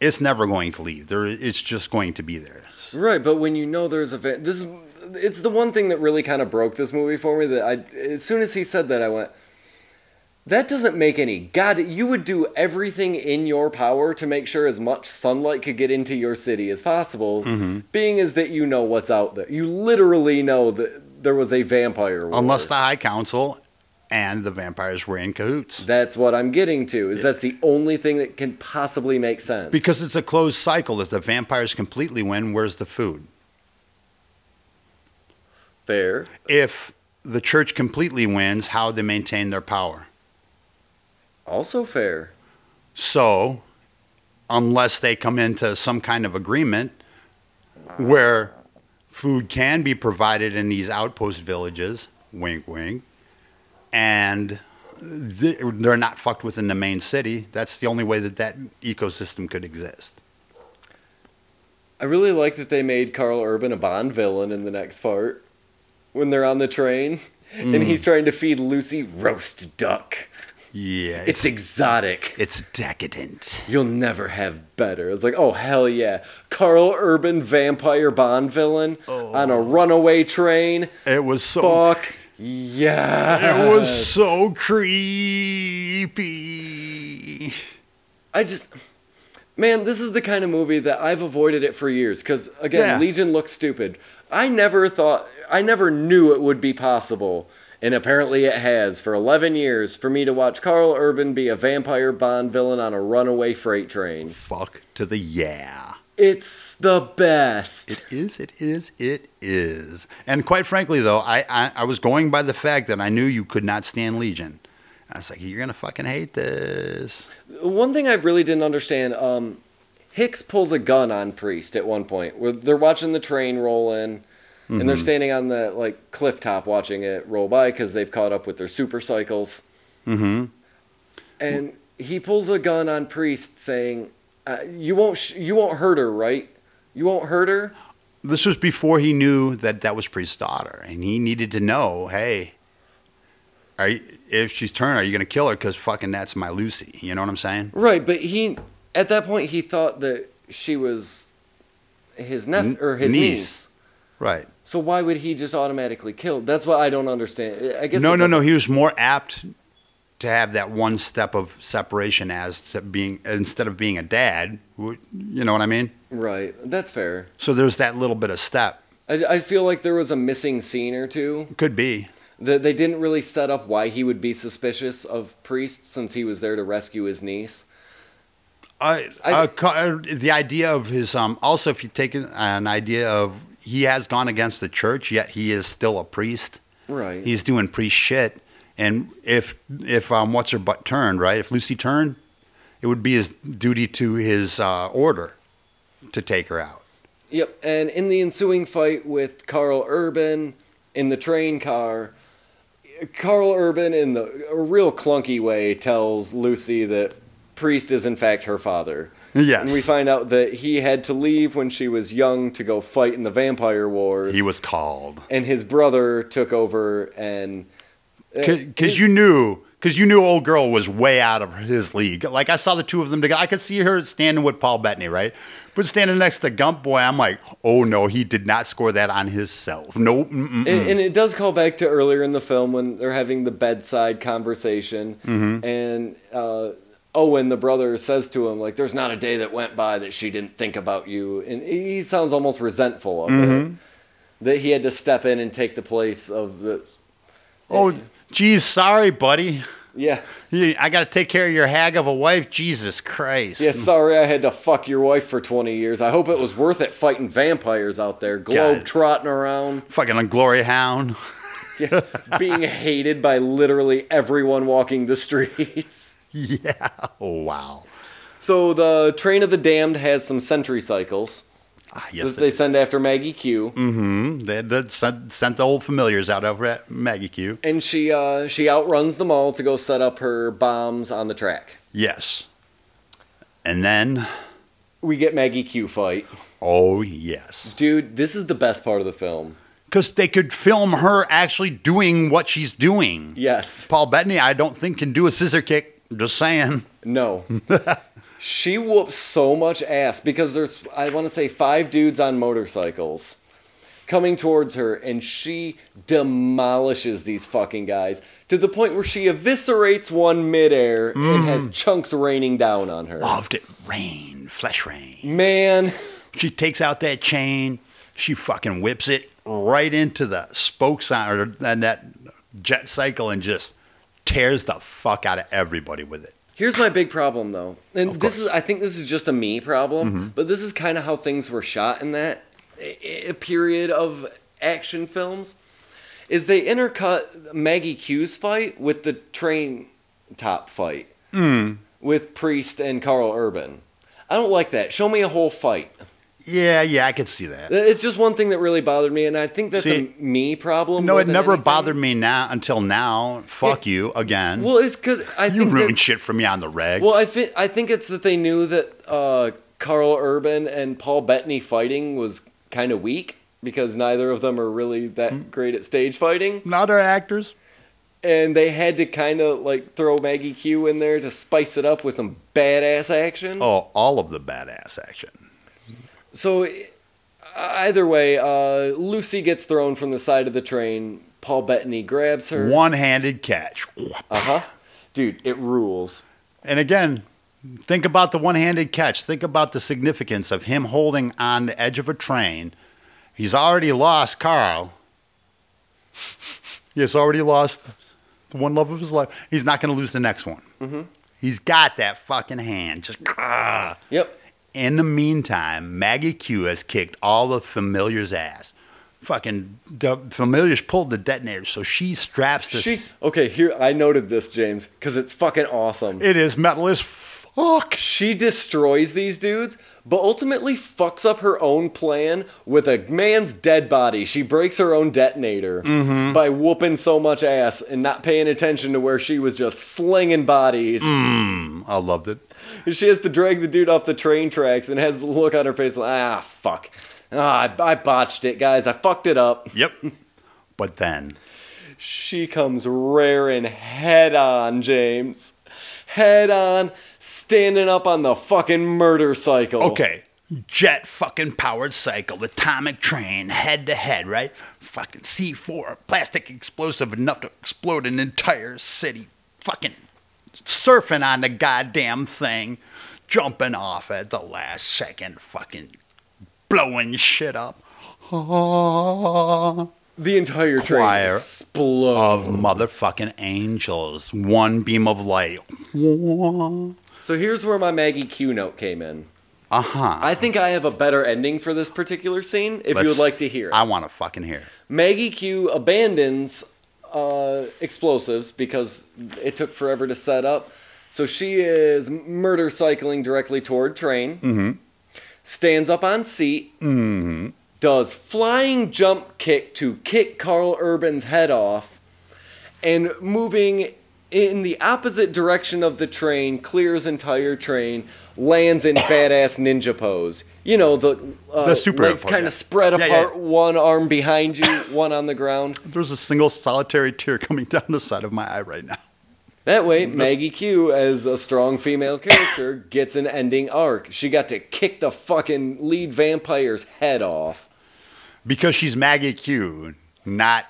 [SPEAKER 2] it's never going to leave. There, it's just going to be there.
[SPEAKER 3] Right, but when you know there's a va- this, is- it's the one thing that really kind of broke this movie for me. That I, as soon as he said that, I went, that doesn't make any god. You would do everything in your power to make sure as much sunlight could get into your city as possible.
[SPEAKER 2] Mm-hmm.
[SPEAKER 3] Being is that you know what's out there. You literally know that there was a vampire. War.
[SPEAKER 2] Unless the High Council and the vampires were in cahoots.
[SPEAKER 3] that's what I'm getting to. Is that's the only thing that can possibly make sense.
[SPEAKER 2] Because it's a closed cycle. If the vampires completely win, where's the food?
[SPEAKER 3] fair.
[SPEAKER 2] If the church completely wins, how they maintain their power?
[SPEAKER 3] Also fair.
[SPEAKER 2] So unless they come into some kind of agreement where food can be provided in these outpost villages, wink, wink, and th- they're not fucked within the main city. That's the only way that that ecosystem could exist.
[SPEAKER 3] I really like that they made Carl Urban a Bond villain in the next part when they're on the train and he's trying to feed Lucy roast duck.
[SPEAKER 2] Yeah,
[SPEAKER 3] It's exotic.
[SPEAKER 2] it's decadent.
[SPEAKER 3] You'll never have better. It's like, oh hell yeah, Carl Urban vampire Bond villain on a runaway train.
[SPEAKER 2] It was so
[SPEAKER 3] Fuck yeah.
[SPEAKER 2] It was so creepy.
[SPEAKER 3] I just, man, this is the kind of movie that I've avoided it for years. Because again,
[SPEAKER 2] Yeah.
[SPEAKER 3] Legion looks stupid. I never thought, I never knew it would be possible, and apparently it has for 11 years for me to watch Carl Urban be a vampire Bond villain on a runaway freight train.
[SPEAKER 2] Fuck to the yeah.
[SPEAKER 3] It's the best.
[SPEAKER 2] It is, it is, it is. And quite frankly, though, I, I, I was going by the fact that I knew you could not stand Legion. I was like, you're going to fucking hate this.
[SPEAKER 3] One thing I really didn't understand, um, Hicks pulls a gun on Priest at one point where they're watching the train roll in, and they're standing on the like cliff top watching it roll by because they've caught up with their super cycles. Mm-hmm. And he pulls a gun on Priest, saying, uh, "You won't, sh- you won't hurt her, right? You won't hurt her."
[SPEAKER 2] This was before he knew that that was Priest's daughter, and he needed to know, hey, are you, if she's turned, are you going to kill her? Because fucking that's my Lucy. You know what I'm saying?
[SPEAKER 3] Right, but he, at that point, he thought that she was his nephew
[SPEAKER 2] N-
[SPEAKER 3] or his
[SPEAKER 2] niece.
[SPEAKER 3] niece.
[SPEAKER 2] Right.
[SPEAKER 3] So why would he just automatically kill? That's what I don't understand. I guess
[SPEAKER 2] No,
[SPEAKER 3] it
[SPEAKER 2] no, no.
[SPEAKER 3] doesn't-
[SPEAKER 2] He was more apt to have that one step of separation as to being instead of being a dad. who- You know what I mean?
[SPEAKER 3] Right, that's fair.
[SPEAKER 2] So there's that little bit of step.
[SPEAKER 3] I, I feel like there was a missing scene or two
[SPEAKER 2] Could be.
[SPEAKER 3] that they didn't really set up why he would be suspicious of Priest since he was there to rescue his niece.
[SPEAKER 2] I,
[SPEAKER 3] I-
[SPEAKER 2] uh, co- uh, the idea of his um, also if you take an, an idea of he has gone against the church yet he is still a priest
[SPEAKER 3] Right.
[SPEAKER 2] he's doing priest shit and if if um, what's her butt turned right if lucy turned it would be his duty to his uh, order to take her out
[SPEAKER 3] Yep, and in the ensuing fight with Carl Urban in the train car, Carl Urban, in the a real clunky way, tells Lucy that Priest is in fact her father.
[SPEAKER 2] Yes.
[SPEAKER 3] And we find out that he had to leave when she was young to go fight in the vampire wars.
[SPEAKER 2] he was called
[SPEAKER 3] and his brother took over and uh,
[SPEAKER 2] because you knew because you knew old girl was way out of his league like i saw the two of them together i could see her standing with paul bettany right but standing next to gump boy i'm like oh no he did not score that on himself nope mm-mm.
[SPEAKER 3] and, and it does call back to earlier in the film when they're having the bedside conversation and uh, owen the brother says to him like there's not a day that went by that she didn't think about you and he sounds almost resentful of it that he had to step in and take the place of the
[SPEAKER 2] oh geez sorry buddy
[SPEAKER 3] yeah
[SPEAKER 2] Yeah, i gotta take care of your hag of a wife jesus christ
[SPEAKER 3] yeah sorry i had to fuck your wife for 20 years i hope it was worth it fighting vampires out there globe trotting around
[SPEAKER 2] fucking a glory hound
[SPEAKER 3] Yeah, being hated by literally everyone walking the streets.
[SPEAKER 2] yeah oh wow
[SPEAKER 3] So the train of the damned has some sentry cycles
[SPEAKER 2] ah,
[SPEAKER 3] that
[SPEAKER 2] yes
[SPEAKER 3] they
[SPEAKER 2] they, mm-hmm.
[SPEAKER 3] send after Maggie Q,
[SPEAKER 2] they, they sent, sent the old familiars out over at maggie q
[SPEAKER 3] and she uh, she outruns them all to go set up her bombs on the track.
[SPEAKER 2] yes and then
[SPEAKER 3] We get Maggie Q fight,
[SPEAKER 2] oh yes
[SPEAKER 3] dude. This is the best part of the film.
[SPEAKER 2] because they could film her actually doing what she's doing.
[SPEAKER 3] Yes,
[SPEAKER 2] Paul Bettany, I don't think can do a scissor kick. Just saying.
[SPEAKER 3] no. she whoops so much ass because there's I want to say five dudes on motorcycles. coming towards her and she demolishes these fucking guys to the point where she eviscerates one midair and has chunks raining down on her.
[SPEAKER 2] Loved it. Rain, flesh rain.
[SPEAKER 3] Man,
[SPEAKER 2] She takes out that chain. She fucking whips it right into the spokes on her and that jet cycle and just tears the fuck out of everybody with it.
[SPEAKER 3] here's my big problem though. And this is I think this is just a me problem,
[SPEAKER 2] Mm-hmm.
[SPEAKER 3] but this is kind of how things were shot in that i- i- period of action films is they intercut Maggie Q's fight with
[SPEAKER 2] Mm.
[SPEAKER 3] the train top fight with Priest and Carl Urban. I don't like that. Show me a whole fight.
[SPEAKER 2] Yeah, yeah, I could see that.
[SPEAKER 3] It's just one thing that really bothered me, and I think that's
[SPEAKER 2] See,
[SPEAKER 3] a me problem.
[SPEAKER 2] No,
[SPEAKER 3] more
[SPEAKER 2] it
[SPEAKER 3] than
[SPEAKER 2] never
[SPEAKER 3] anything.
[SPEAKER 2] bothered me now until now. Fuck you again.
[SPEAKER 3] Well, it's because I
[SPEAKER 2] you
[SPEAKER 3] think that-
[SPEAKER 2] ruined shit for me on the reg.
[SPEAKER 3] Well, I think I think it's that they knew that uh, Carl Urban and Paul Bettany fighting was kind of weak because neither of them are really that great at stage fighting,
[SPEAKER 2] not our actors.
[SPEAKER 3] and they had to kind of like throw Maggie Q in there to spice it up with some badass action.
[SPEAKER 2] Oh, all of the badass action.
[SPEAKER 3] So e- either way, uh, Lucy gets thrown from the side of the train. Paul Bettany grabs her.
[SPEAKER 2] One-handed catch.
[SPEAKER 3] Uh huh. Dude, it rules.
[SPEAKER 2] And again, think about the one-handed catch. Think about the significance of him holding on the edge of a train. He's already lost Carl. He's already lost the one love of his life. He's not going to lose the next one. He's got that fucking hand. Just ah.
[SPEAKER 3] Yep.
[SPEAKER 2] In the meantime, Maggie Q has kicked all the familiar's ass. Fucking the familiar's pulled the detonator, so she straps this.
[SPEAKER 3] She okay. Here I noted this, James, because it's fucking awesome.
[SPEAKER 2] it is metal as fuck.
[SPEAKER 3] She destroys these dudes, but ultimately fucks up her own plan with a man's dead body. She breaks her own detonator by whooping so much ass and not paying attention to where she was just slinging bodies.
[SPEAKER 2] I loved it.
[SPEAKER 3] She has to drag the dude off the train tracks and has the look on her face like, ah, fuck. Ah, I, I botched it, guys. I fucked it up.
[SPEAKER 2] Yep. But then,
[SPEAKER 3] She comes rearing head on, James. Head on, standing up on the fucking murder cycle.
[SPEAKER 2] okay, jet fucking powered cycle, atomic train, head to head, right? Fucking C4, plastic explosive enough to explode an entire city. Fucking surfing on the goddamn thing, jumping off at the last second, fucking blowing shit up. Oh.
[SPEAKER 3] The entire train
[SPEAKER 2] Choir
[SPEAKER 3] explodes.
[SPEAKER 2] Of motherfucking angels, one beam of light.
[SPEAKER 3] So here's where my Maggie Q note came in.
[SPEAKER 2] Uh huh.
[SPEAKER 3] I think I have a better ending for this particular scene if you would like to hear it.
[SPEAKER 2] I want to fucking hear. it.
[SPEAKER 3] Maggie Q abandons uh, explosives because it took forever to set up. So she is murder cycling directly toward train. Mm-hmm. Stands up on seat. Mm-hmm. Does flying jump kick to kick Carl Urban's head off, and moving in the opposite direction of the train clears entire train, lands in badass ninja pose. You know the uh,
[SPEAKER 2] The super
[SPEAKER 3] legs
[SPEAKER 2] pose,
[SPEAKER 3] kind
[SPEAKER 2] yeah.
[SPEAKER 3] of spread
[SPEAKER 2] Yeah,
[SPEAKER 3] apart,
[SPEAKER 2] yeah.
[SPEAKER 3] one arm behind you, one on the ground.
[SPEAKER 2] There's a single solitary tear coming down the side of my eye right now.
[SPEAKER 3] That way, Maggie Q, as a strong female character, gets an ending arc. She got to kick the fucking lead vampire's head off.
[SPEAKER 2] Because she's Maggie Q, not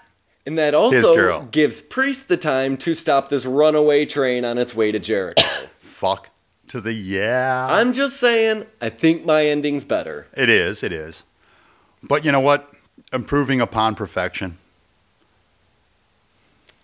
[SPEAKER 3] And that
[SPEAKER 2] girl.
[SPEAKER 3] also gives Priest the time to stop this runaway train on its way to Jericho.
[SPEAKER 2] fuck to the yeah.
[SPEAKER 3] I'm just saying, I think my ending's better.
[SPEAKER 2] it is, it is. But you know what? Improving upon perfection.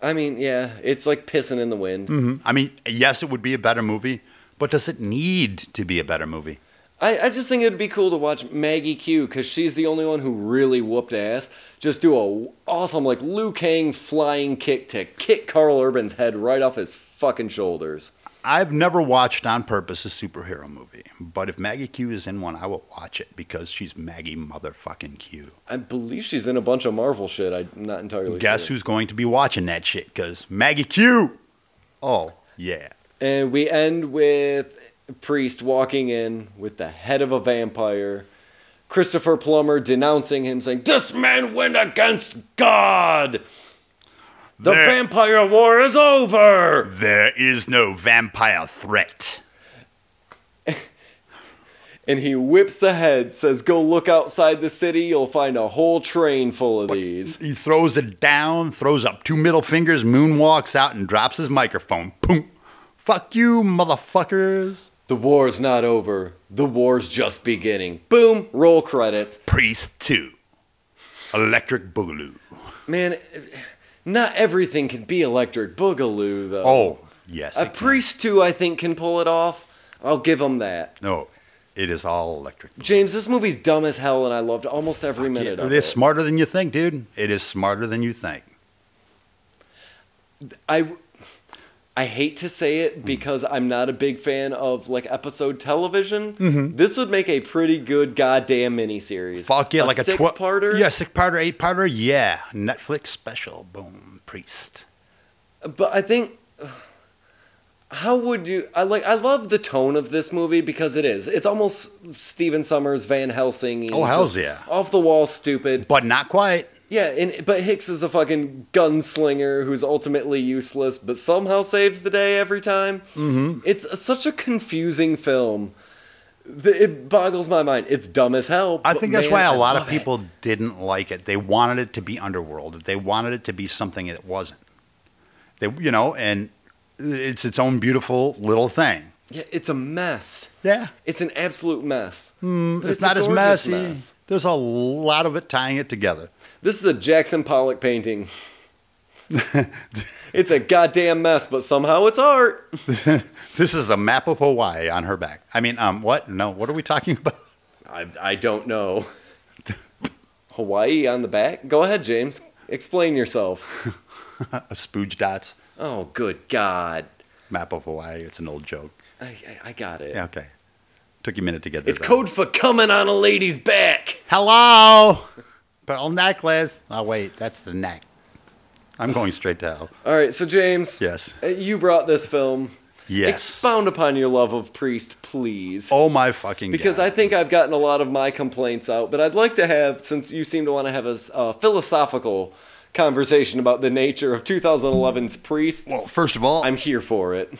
[SPEAKER 3] I mean, yeah, it's like pissing in the wind.
[SPEAKER 2] Mhm. I mean, yes, it would be a better movie, but does it need to be a better movie?
[SPEAKER 3] I, I just think it'd be cool to watch Maggie Q because she's the only one who really whooped ass. Just do a awesome like Liu Kang flying kick to kick Carl Urban's head right off his fucking shoulders.
[SPEAKER 2] I've never watched on purpose a superhero movie, but if Maggie Q is in one, I will watch it because she's Maggie motherfucking Q.
[SPEAKER 3] I believe she's in a bunch of Marvel shit. I'm not entirely
[SPEAKER 2] Guess
[SPEAKER 3] sure.
[SPEAKER 2] who's going to be watching that shit? Because Maggie Q! Oh, yeah.
[SPEAKER 3] And we end with Priest walking in with the head of a vampire. Christopher Plummer denouncing him, saying, "This man went against God. The
[SPEAKER 2] There-
[SPEAKER 3] vampire war is over."
[SPEAKER 2] There is no vampire threat.
[SPEAKER 3] and he whips the head, says, Go look outside the city, you'll find a whole train full of these.
[SPEAKER 2] He throws it down, throws up two middle fingers, moonwalks out, and drops his microphone. Boom. Fuck you, motherfuckers.
[SPEAKER 3] The war's not over. The war's just beginning. Boom, roll credits.
[SPEAKER 2] Priest 2. Electric Boogaloo.
[SPEAKER 3] Man, not everything can be electric boogaloo, though.
[SPEAKER 2] Oh, yes.
[SPEAKER 3] a
[SPEAKER 2] it can.
[SPEAKER 3] priest, too, I think, can pull it off. I'll give him that.
[SPEAKER 2] no, it is all electric.
[SPEAKER 3] James, this movie's dumb as hell, and I loved almost every minute of
[SPEAKER 2] it
[SPEAKER 3] it.
[SPEAKER 2] is smarter than you think, dude. It is smarter than you think.
[SPEAKER 3] I, I hate to say it because I'm not a big fan of like episode television. This would make a pretty good goddamn miniseries.
[SPEAKER 2] Mm-hmm. Fuck yeah, like a
[SPEAKER 3] six
[SPEAKER 2] twelve
[SPEAKER 3] parter.
[SPEAKER 2] Yeah, six parter, eight parter. Yeah, Netflix special. Boom, priest.
[SPEAKER 3] But I think how would you I like I love the tone of this movie because it is. It's almost Steven Summers Van Helsing.
[SPEAKER 2] Oh, hells yeah.
[SPEAKER 3] Off the wall stupid.
[SPEAKER 2] But not quite.
[SPEAKER 3] Yeah, and but Hicks is a fucking gunslinger who's ultimately useless but somehow saves the day every time. Mm-hmm. It's such a confusing film. that It boggles my mind. It's dumb as hell.
[SPEAKER 2] I
[SPEAKER 3] but
[SPEAKER 2] think that's
[SPEAKER 3] man,
[SPEAKER 2] why a
[SPEAKER 3] I
[SPEAKER 2] lot of
[SPEAKER 3] love it.
[SPEAKER 2] people didn't like it. They wanted it to be underworld. They wanted it to be something it wasn't. They, you know, and it's its own beautiful little thing.
[SPEAKER 3] Yeah, it's a mess.
[SPEAKER 2] Yeah,
[SPEAKER 3] It's an absolute mess. But
[SPEAKER 2] Hmm, it's,
[SPEAKER 3] a
[SPEAKER 2] not as
[SPEAKER 3] gorgeous
[SPEAKER 2] messy.
[SPEAKER 3] mess.
[SPEAKER 2] There's a lot of it tying it together.
[SPEAKER 3] This is a Jackson Pollock painting. it's a goddamn mess, but somehow it's art.
[SPEAKER 2] This is a map of Hawaii on her back. I mean, um, what? No, what are we talking about?
[SPEAKER 3] I, I don't know. Hawaii on the back? Go ahead, James. Explain yourself.
[SPEAKER 2] A spooge dots
[SPEAKER 3] Oh, good God.
[SPEAKER 2] map of Hawaii. It's an old joke.
[SPEAKER 3] I, I, I got it.
[SPEAKER 2] Yeah, okay. Took you a minute to get there.
[SPEAKER 3] It's
[SPEAKER 2] though.
[SPEAKER 3] code for coming on a lady's back.
[SPEAKER 2] Hello, pearl necklace. Oh wait, that's the neck. I'm going straight to hell.
[SPEAKER 3] All right, so James.
[SPEAKER 2] Yes.
[SPEAKER 3] uh, You brought this film.
[SPEAKER 2] Yes.
[SPEAKER 3] Expound upon your love of Priest, please.
[SPEAKER 2] Oh my fucking
[SPEAKER 3] because I
[SPEAKER 2] god!
[SPEAKER 3] think I've gotten a lot of my complaints out, but I'd like to have, since you seem to want to have a s- uh, philosophical conversation about the nature of 2011's Priest,
[SPEAKER 2] well, first of all,
[SPEAKER 3] I'm here for it.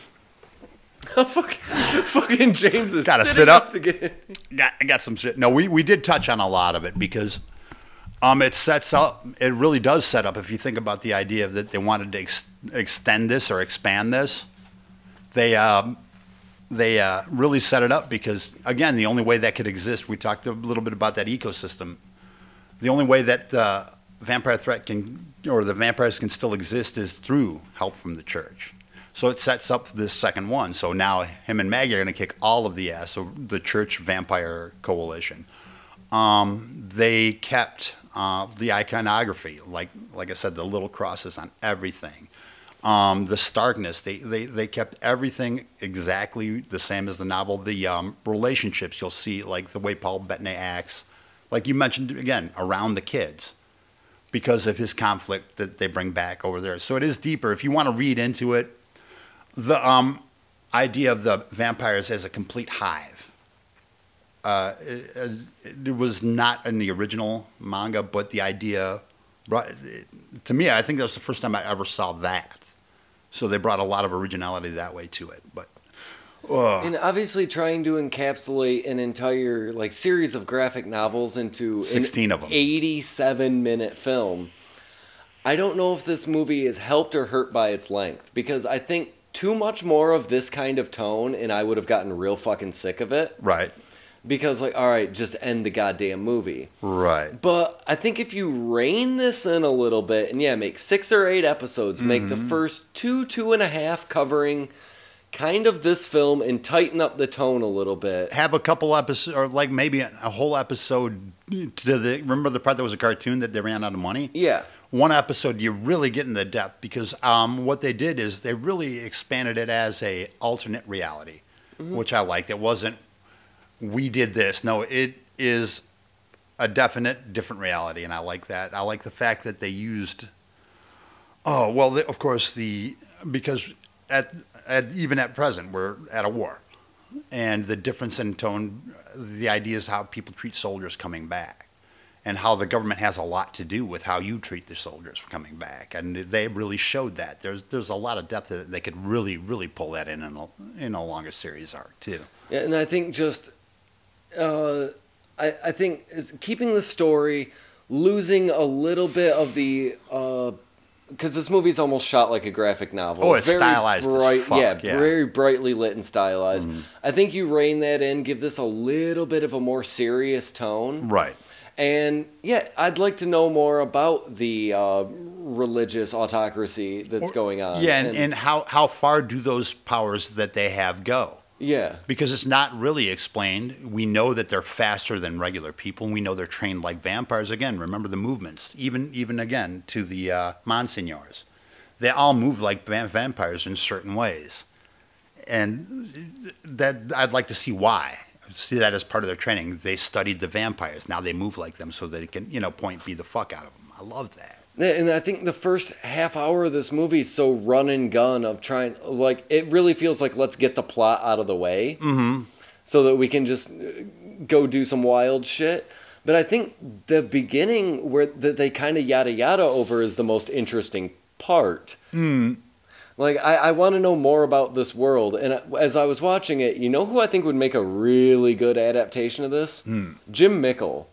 [SPEAKER 3] Fuck, fucking James is
[SPEAKER 2] Gotta
[SPEAKER 3] sitting
[SPEAKER 2] sit up.
[SPEAKER 3] to get.
[SPEAKER 2] got, I got some shit. No, we, we did touch on a lot of it because um, it sets up, it really does set up, if you think about the idea of that they wanted to ex- extend this or expand this, they, um, they uh, really set it up because, again, the only way that could exist, we talked a little bit about that ecosystem. The only way that the vampire threat can, or the vampires can still exist is through help from the church. So it sets up this second one. So now him and Maggie are going to kick all of the ass of the church vampire coalition. Um, they kept uh, the iconography, like like I said, the little crosses on everything. Um, the starkness, they, they, they kept everything exactly the same as the novel. The um, relationships you'll see, like the way Paul Bettany acts, like you mentioned again, around the kids because of his conflict that they bring back over there. So it is deeper. If you want to read into it, the um, idea of the vampires as a complete hive. Uh, it, it- it was not in the original manga, but the idea, brought, to me, I think that was the first time I ever saw that. So they brought a lot of originality that way to it. But
[SPEAKER 3] And obviously, trying to encapsulate an entire like series of graphic novels into an
[SPEAKER 2] 16 of 'em.
[SPEAKER 3] 87 minute film. I don't know if this movie is helped or hurt by its length because I think too much more of this kind of tone, and I would have gotten real fucking sick of it.
[SPEAKER 2] right,
[SPEAKER 3] Because like, all right, just end the goddamn movie.
[SPEAKER 2] right,
[SPEAKER 3] But I think if you rein this in a little bit, and yeah, make six or eight episodes, make the first two, two and a half covering kind of this film and tighten up the tone a little bit.
[SPEAKER 2] have a couple episodes, or like maybe a, a whole episode to the. Remember the part that was a cartoon that they ran out of money.
[SPEAKER 3] Yeah.
[SPEAKER 2] one episode you really get into depth because um, what they did is they really expanded it as a alternate reality, which I liked. It wasn't we did this. No, it is a definite different reality, and I like that. I like the fact that they used. Oh well, the, of course the because at, at even at present we're at a war, and the difference in tone, the idea is how people treat soldiers coming back and how the government has a lot to do with how you treat the soldiers coming back. And they really showed that. There's there's a lot of depth that they could really really pull that in in a, in a longer series arc too.
[SPEAKER 3] Yeah, and I think just, uh, I, I think is keeping the story, losing a little bit of the, because this movie's almost shot like a graphic novel.
[SPEAKER 2] Oh, it's stylized as fuck, yeah. Mm-hmm.
[SPEAKER 3] very brightly lit and stylized. I think you rein that in, give this a little bit of a more serious tone.
[SPEAKER 2] Right.
[SPEAKER 3] And yeah, I'd like to know more about the uh, religious autocracy that's going on.
[SPEAKER 2] Yeah, and, and how how far do those powers that they have go?
[SPEAKER 3] yeah,
[SPEAKER 2] Because it's not really explained. We know that they're faster than regular people. We know they're trained like vampires. Again, remember the movements. Even even again to the uh, monsignors. they all move like va- vampires in certain ways, and that I'd like to see why. See that as part of their training. They studied the vampires. Now they move like them, so they can you know point beat the fuck out of them. I love that.
[SPEAKER 3] Yeah, And I think the first half hour of this movie is so run and gun of trying, like, it really feels like let's get the plot out of the way so that we can just uh, go do some wild shit. But I think the beginning where that they kind of yada yada over is the most interesting part. Like, I, I want to know more about this world. And as I was watching it, you know who I think would make a really good adaptation of this? Jim Mickle.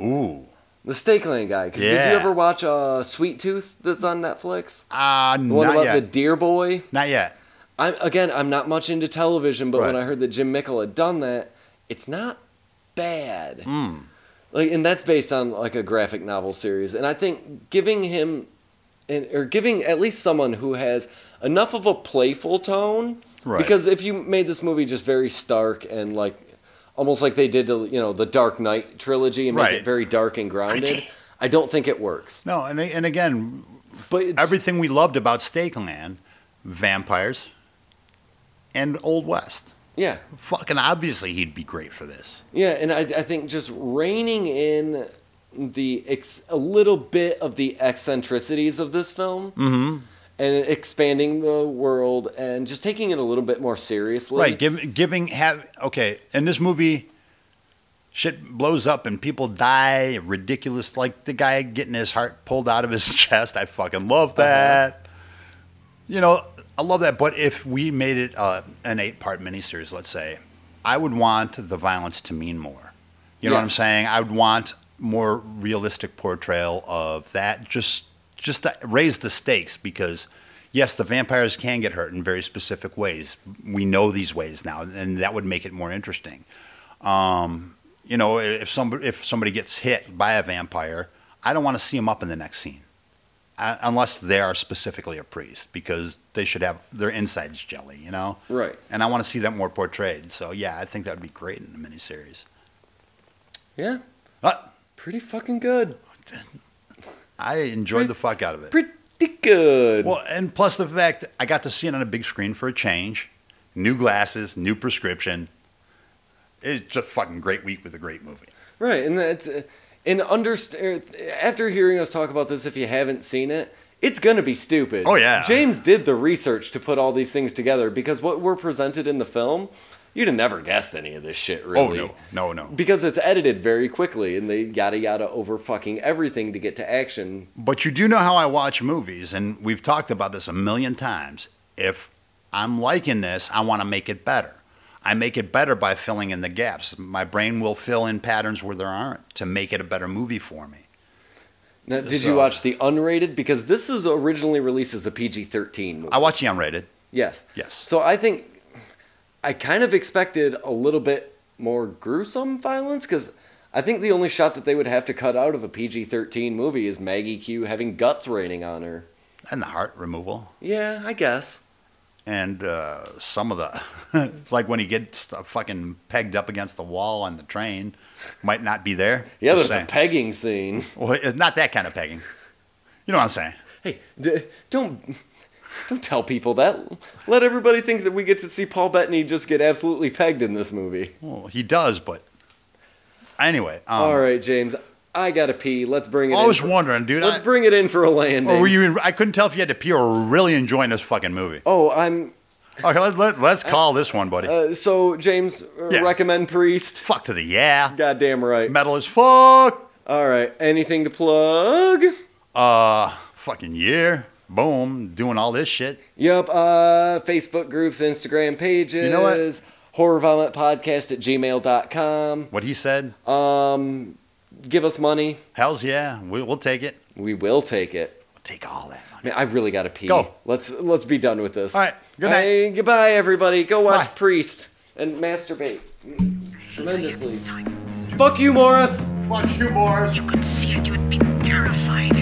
[SPEAKER 2] Ooh.
[SPEAKER 3] The Steakland guy. 'cause did
[SPEAKER 2] Yeah.
[SPEAKER 3] you ever watch uh, Sweet Tooth that's on Netflix?
[SPEAKER 2] Uh,
[SPEAKER 3] The one
[SPEAKER 2] not
[SPEAKER 3] about
[SPEAKER 2] yet.
[SPEAKER 3] the deer boy.
[SPEAKER 2] not yet.
[SPEAKER 3] I'm again. I'm not much into television, but when
[SPEAKER 2] Right.
[SPEAKER 3] I heard that Jim Mickle had done that, it's not bad.
[SPEAKER 2] Mm.
[SPEAKER 3] Like, and that's based on like a graphic novel series. And I think giving him, and or giving at least someone who has enough of a playful tone,
[SPEAKER 2] Right.
[SPEAKER 3] Because if you made this movie just very stark and like, almost like they did to you know the Dark Knight trilogy and make
[SPEAKER 2] Right.
[SPEAKER 3] it very dark and grounded,
[SPEAKER 2] Pretty.
[SPEAKER 3] I don't think it works.
[SPEAKER 2] No, and and again,
[SPEAKER 3] But it's,
[SPEAKER 2] everything we loved about Stakeland, vampires, and Old West.
[SPEAKER 3] yeah.
[SPEAKER 2] Fucking obviously, he'd be great for this.
[SPEAKER 3] Yeah, and I, I think just reining in the ex, a little bit of the eccentricities of this film
[SPEAKER 2] Mm-hmm.
[SPEAKER 3] and expanding the world and just taking it a little bit more seriously.
[SPEAKER 2] Right, give, giving have okay. In this movie, shit blows up and people die. Ridiculous, like the guy getting his heart pulled out of his chest. I fucking love that. You know, I love that. But if we made it uh, an eight-part miniseries, let's say, I would want the violence to mean more. You know what I'm
[SPEAKER 3] Yes.
[SPEAKER 2] saying? I would want more realistic portrayal of that. Just just to raise the stakes because yes, the vampires can get hurt in very specific ways. We know these ways now, and that would make it more interesting. Um, you know, if somebody if somebody gets hit by a vampire, I don't want to see them up in the next scene, I, unless they are specifically a priest, because they should have their insides jelly. You know,
[SPEAKER 3] Right.
[SPEAKER 2] and I want to see that more portrayed. So yeah, I think that would be great in a miniseries.
[SPEAKER 3] Yeah,
[SPEAKER 2] But
[SPEAKER 3] pretty fucking good.
[SPEAKER 2] I enjoyed the fuck out of it.
[SPEAKER 3] Pretty good.
[SPEAKER 2] Well, and plus the fact that I got to see it on a big screen for a change, new glasses, new prescription. It's just a fucking great week with a great movie.
[SPEAKER 3] Right, and that's uh, and understand after hearing us talk about this. If you haven't seen it, it's gonna be stupid.
[SPEAKER 2] Oh, yeah.
[SPEAKER 3] James did the research to put all these things together because what we're presented in the film, you'd have never guessed any of this shit. Really.
[SPEAKER 2] Oh no, no, no.
[SPEAKER 3] Because it's edited very quickly, and they yada yada over fucking everything to get to action.
[SPEAKER 2] But you do know how I watch movies, and we've talked about this a million times. If I'm liking this, I want to make it better. I make it better by filling in the gaps. My brain will fill in patterns where there aren't to make it a better movie for me.
[SPEAKER 3] Now, did
[SPEAKER 2] So-
[SPEAKER 3] you watch the unrated? Because this is originally released as a PG thirteen movie.
[SPEAKER 2] I watch the unrated.
[SPEAKER 3] yes.
[SPEAKER 2] Yes.
[SPEAKER 3] So I think I kind of expected a little bit more gruesome violence because I think the only shot that they would have to cut out of a PG 13 movie is Maggie Q having guts raining on her.
[SPEAKER 2] And the heart removal.
[SPEAKER 3] Yeah, I guess.
[SPEAKER 2] and uh, some of the it's like when he gets uh, fucking pegged up against the wall on the train might not be there
[SPEAKER 3] Yeah, there's
[SPEAKER 2] Just
[SPEAKER 3] a
[SPEAKER 2] saying.
[SPEAKER 3] pegging scene.
[SPEAKER 2] well, it's not that kind of pegging you know what i'm saying
[SPEAKER 3] Hey, d- don't. Don't tell people that. Let everybody think that we get to see Paul Bettany just get absolutely pegged in this movie.
[SPEAKER 2] well he does but anyway um,
[SPEAKER 3] All right, James, I gotta pee. Let's bring it.
[SPEAKER 2] i was
[SPEAKER 3] in for,
[SPEAKER 2] wondering dude
[SPEAKER 3] Let's
[SPEAKER 2] I,
[SPEAKER 3] bring it in for a landing.
[SPEAKER 2] or were you in, i couldn't tell if you had to pee or were really enjoying this fucking movie
[SPEAKER 3] oh, I'm.
[SPEAKER 2] okay let, let, let's call this one buddy
[SPEAKER 3] Uh, so, James, uh,
[SPEAKER 2] Yeah.
[SPEAKER 3] recommend priest.
[SPEAKER 2] fuck to the yeah
[SPEAKER 3] Goddamn right.
[SPEAKER 2] metal as fuck
[SPEAKER 3] All right. Anything to plug?
[SPEAKER 2] uh fucking year boom doing all this shit
[SPEAKER 3] Yep. Uh, Facebook groups, Instagram pages.
[SPEAKER 2] know what?
[SPEAKER 3] Horror Vomit Podcast at gmail.com.
[SPEAKER 2] what he said
[SPEAKER 3] Um, give us money.
[SPEAKER 2] hell's yeah we, we'll take it
[SPEAKER 3] We will take it.
[SPEAKER 2] we'll take all that money
[SPEAKER 3] Man, I really gotta pee.
[SPEAKER 2] Go.
[SPEAKER 3] Let's let's be done with this.
[SPEAKER 2] All right, good night.
[SPEAKER 3] Hey, goodbye, everybody. Go watch
[SPEAKER 2] Bye.
[SPEAKER 3] Priest and masturbate Mm, tremendously. Fuck you, Morris.
[SPEAKER 2] Fuck you, Morris.
[SPEAKER 1] You could see it, you would be terrified.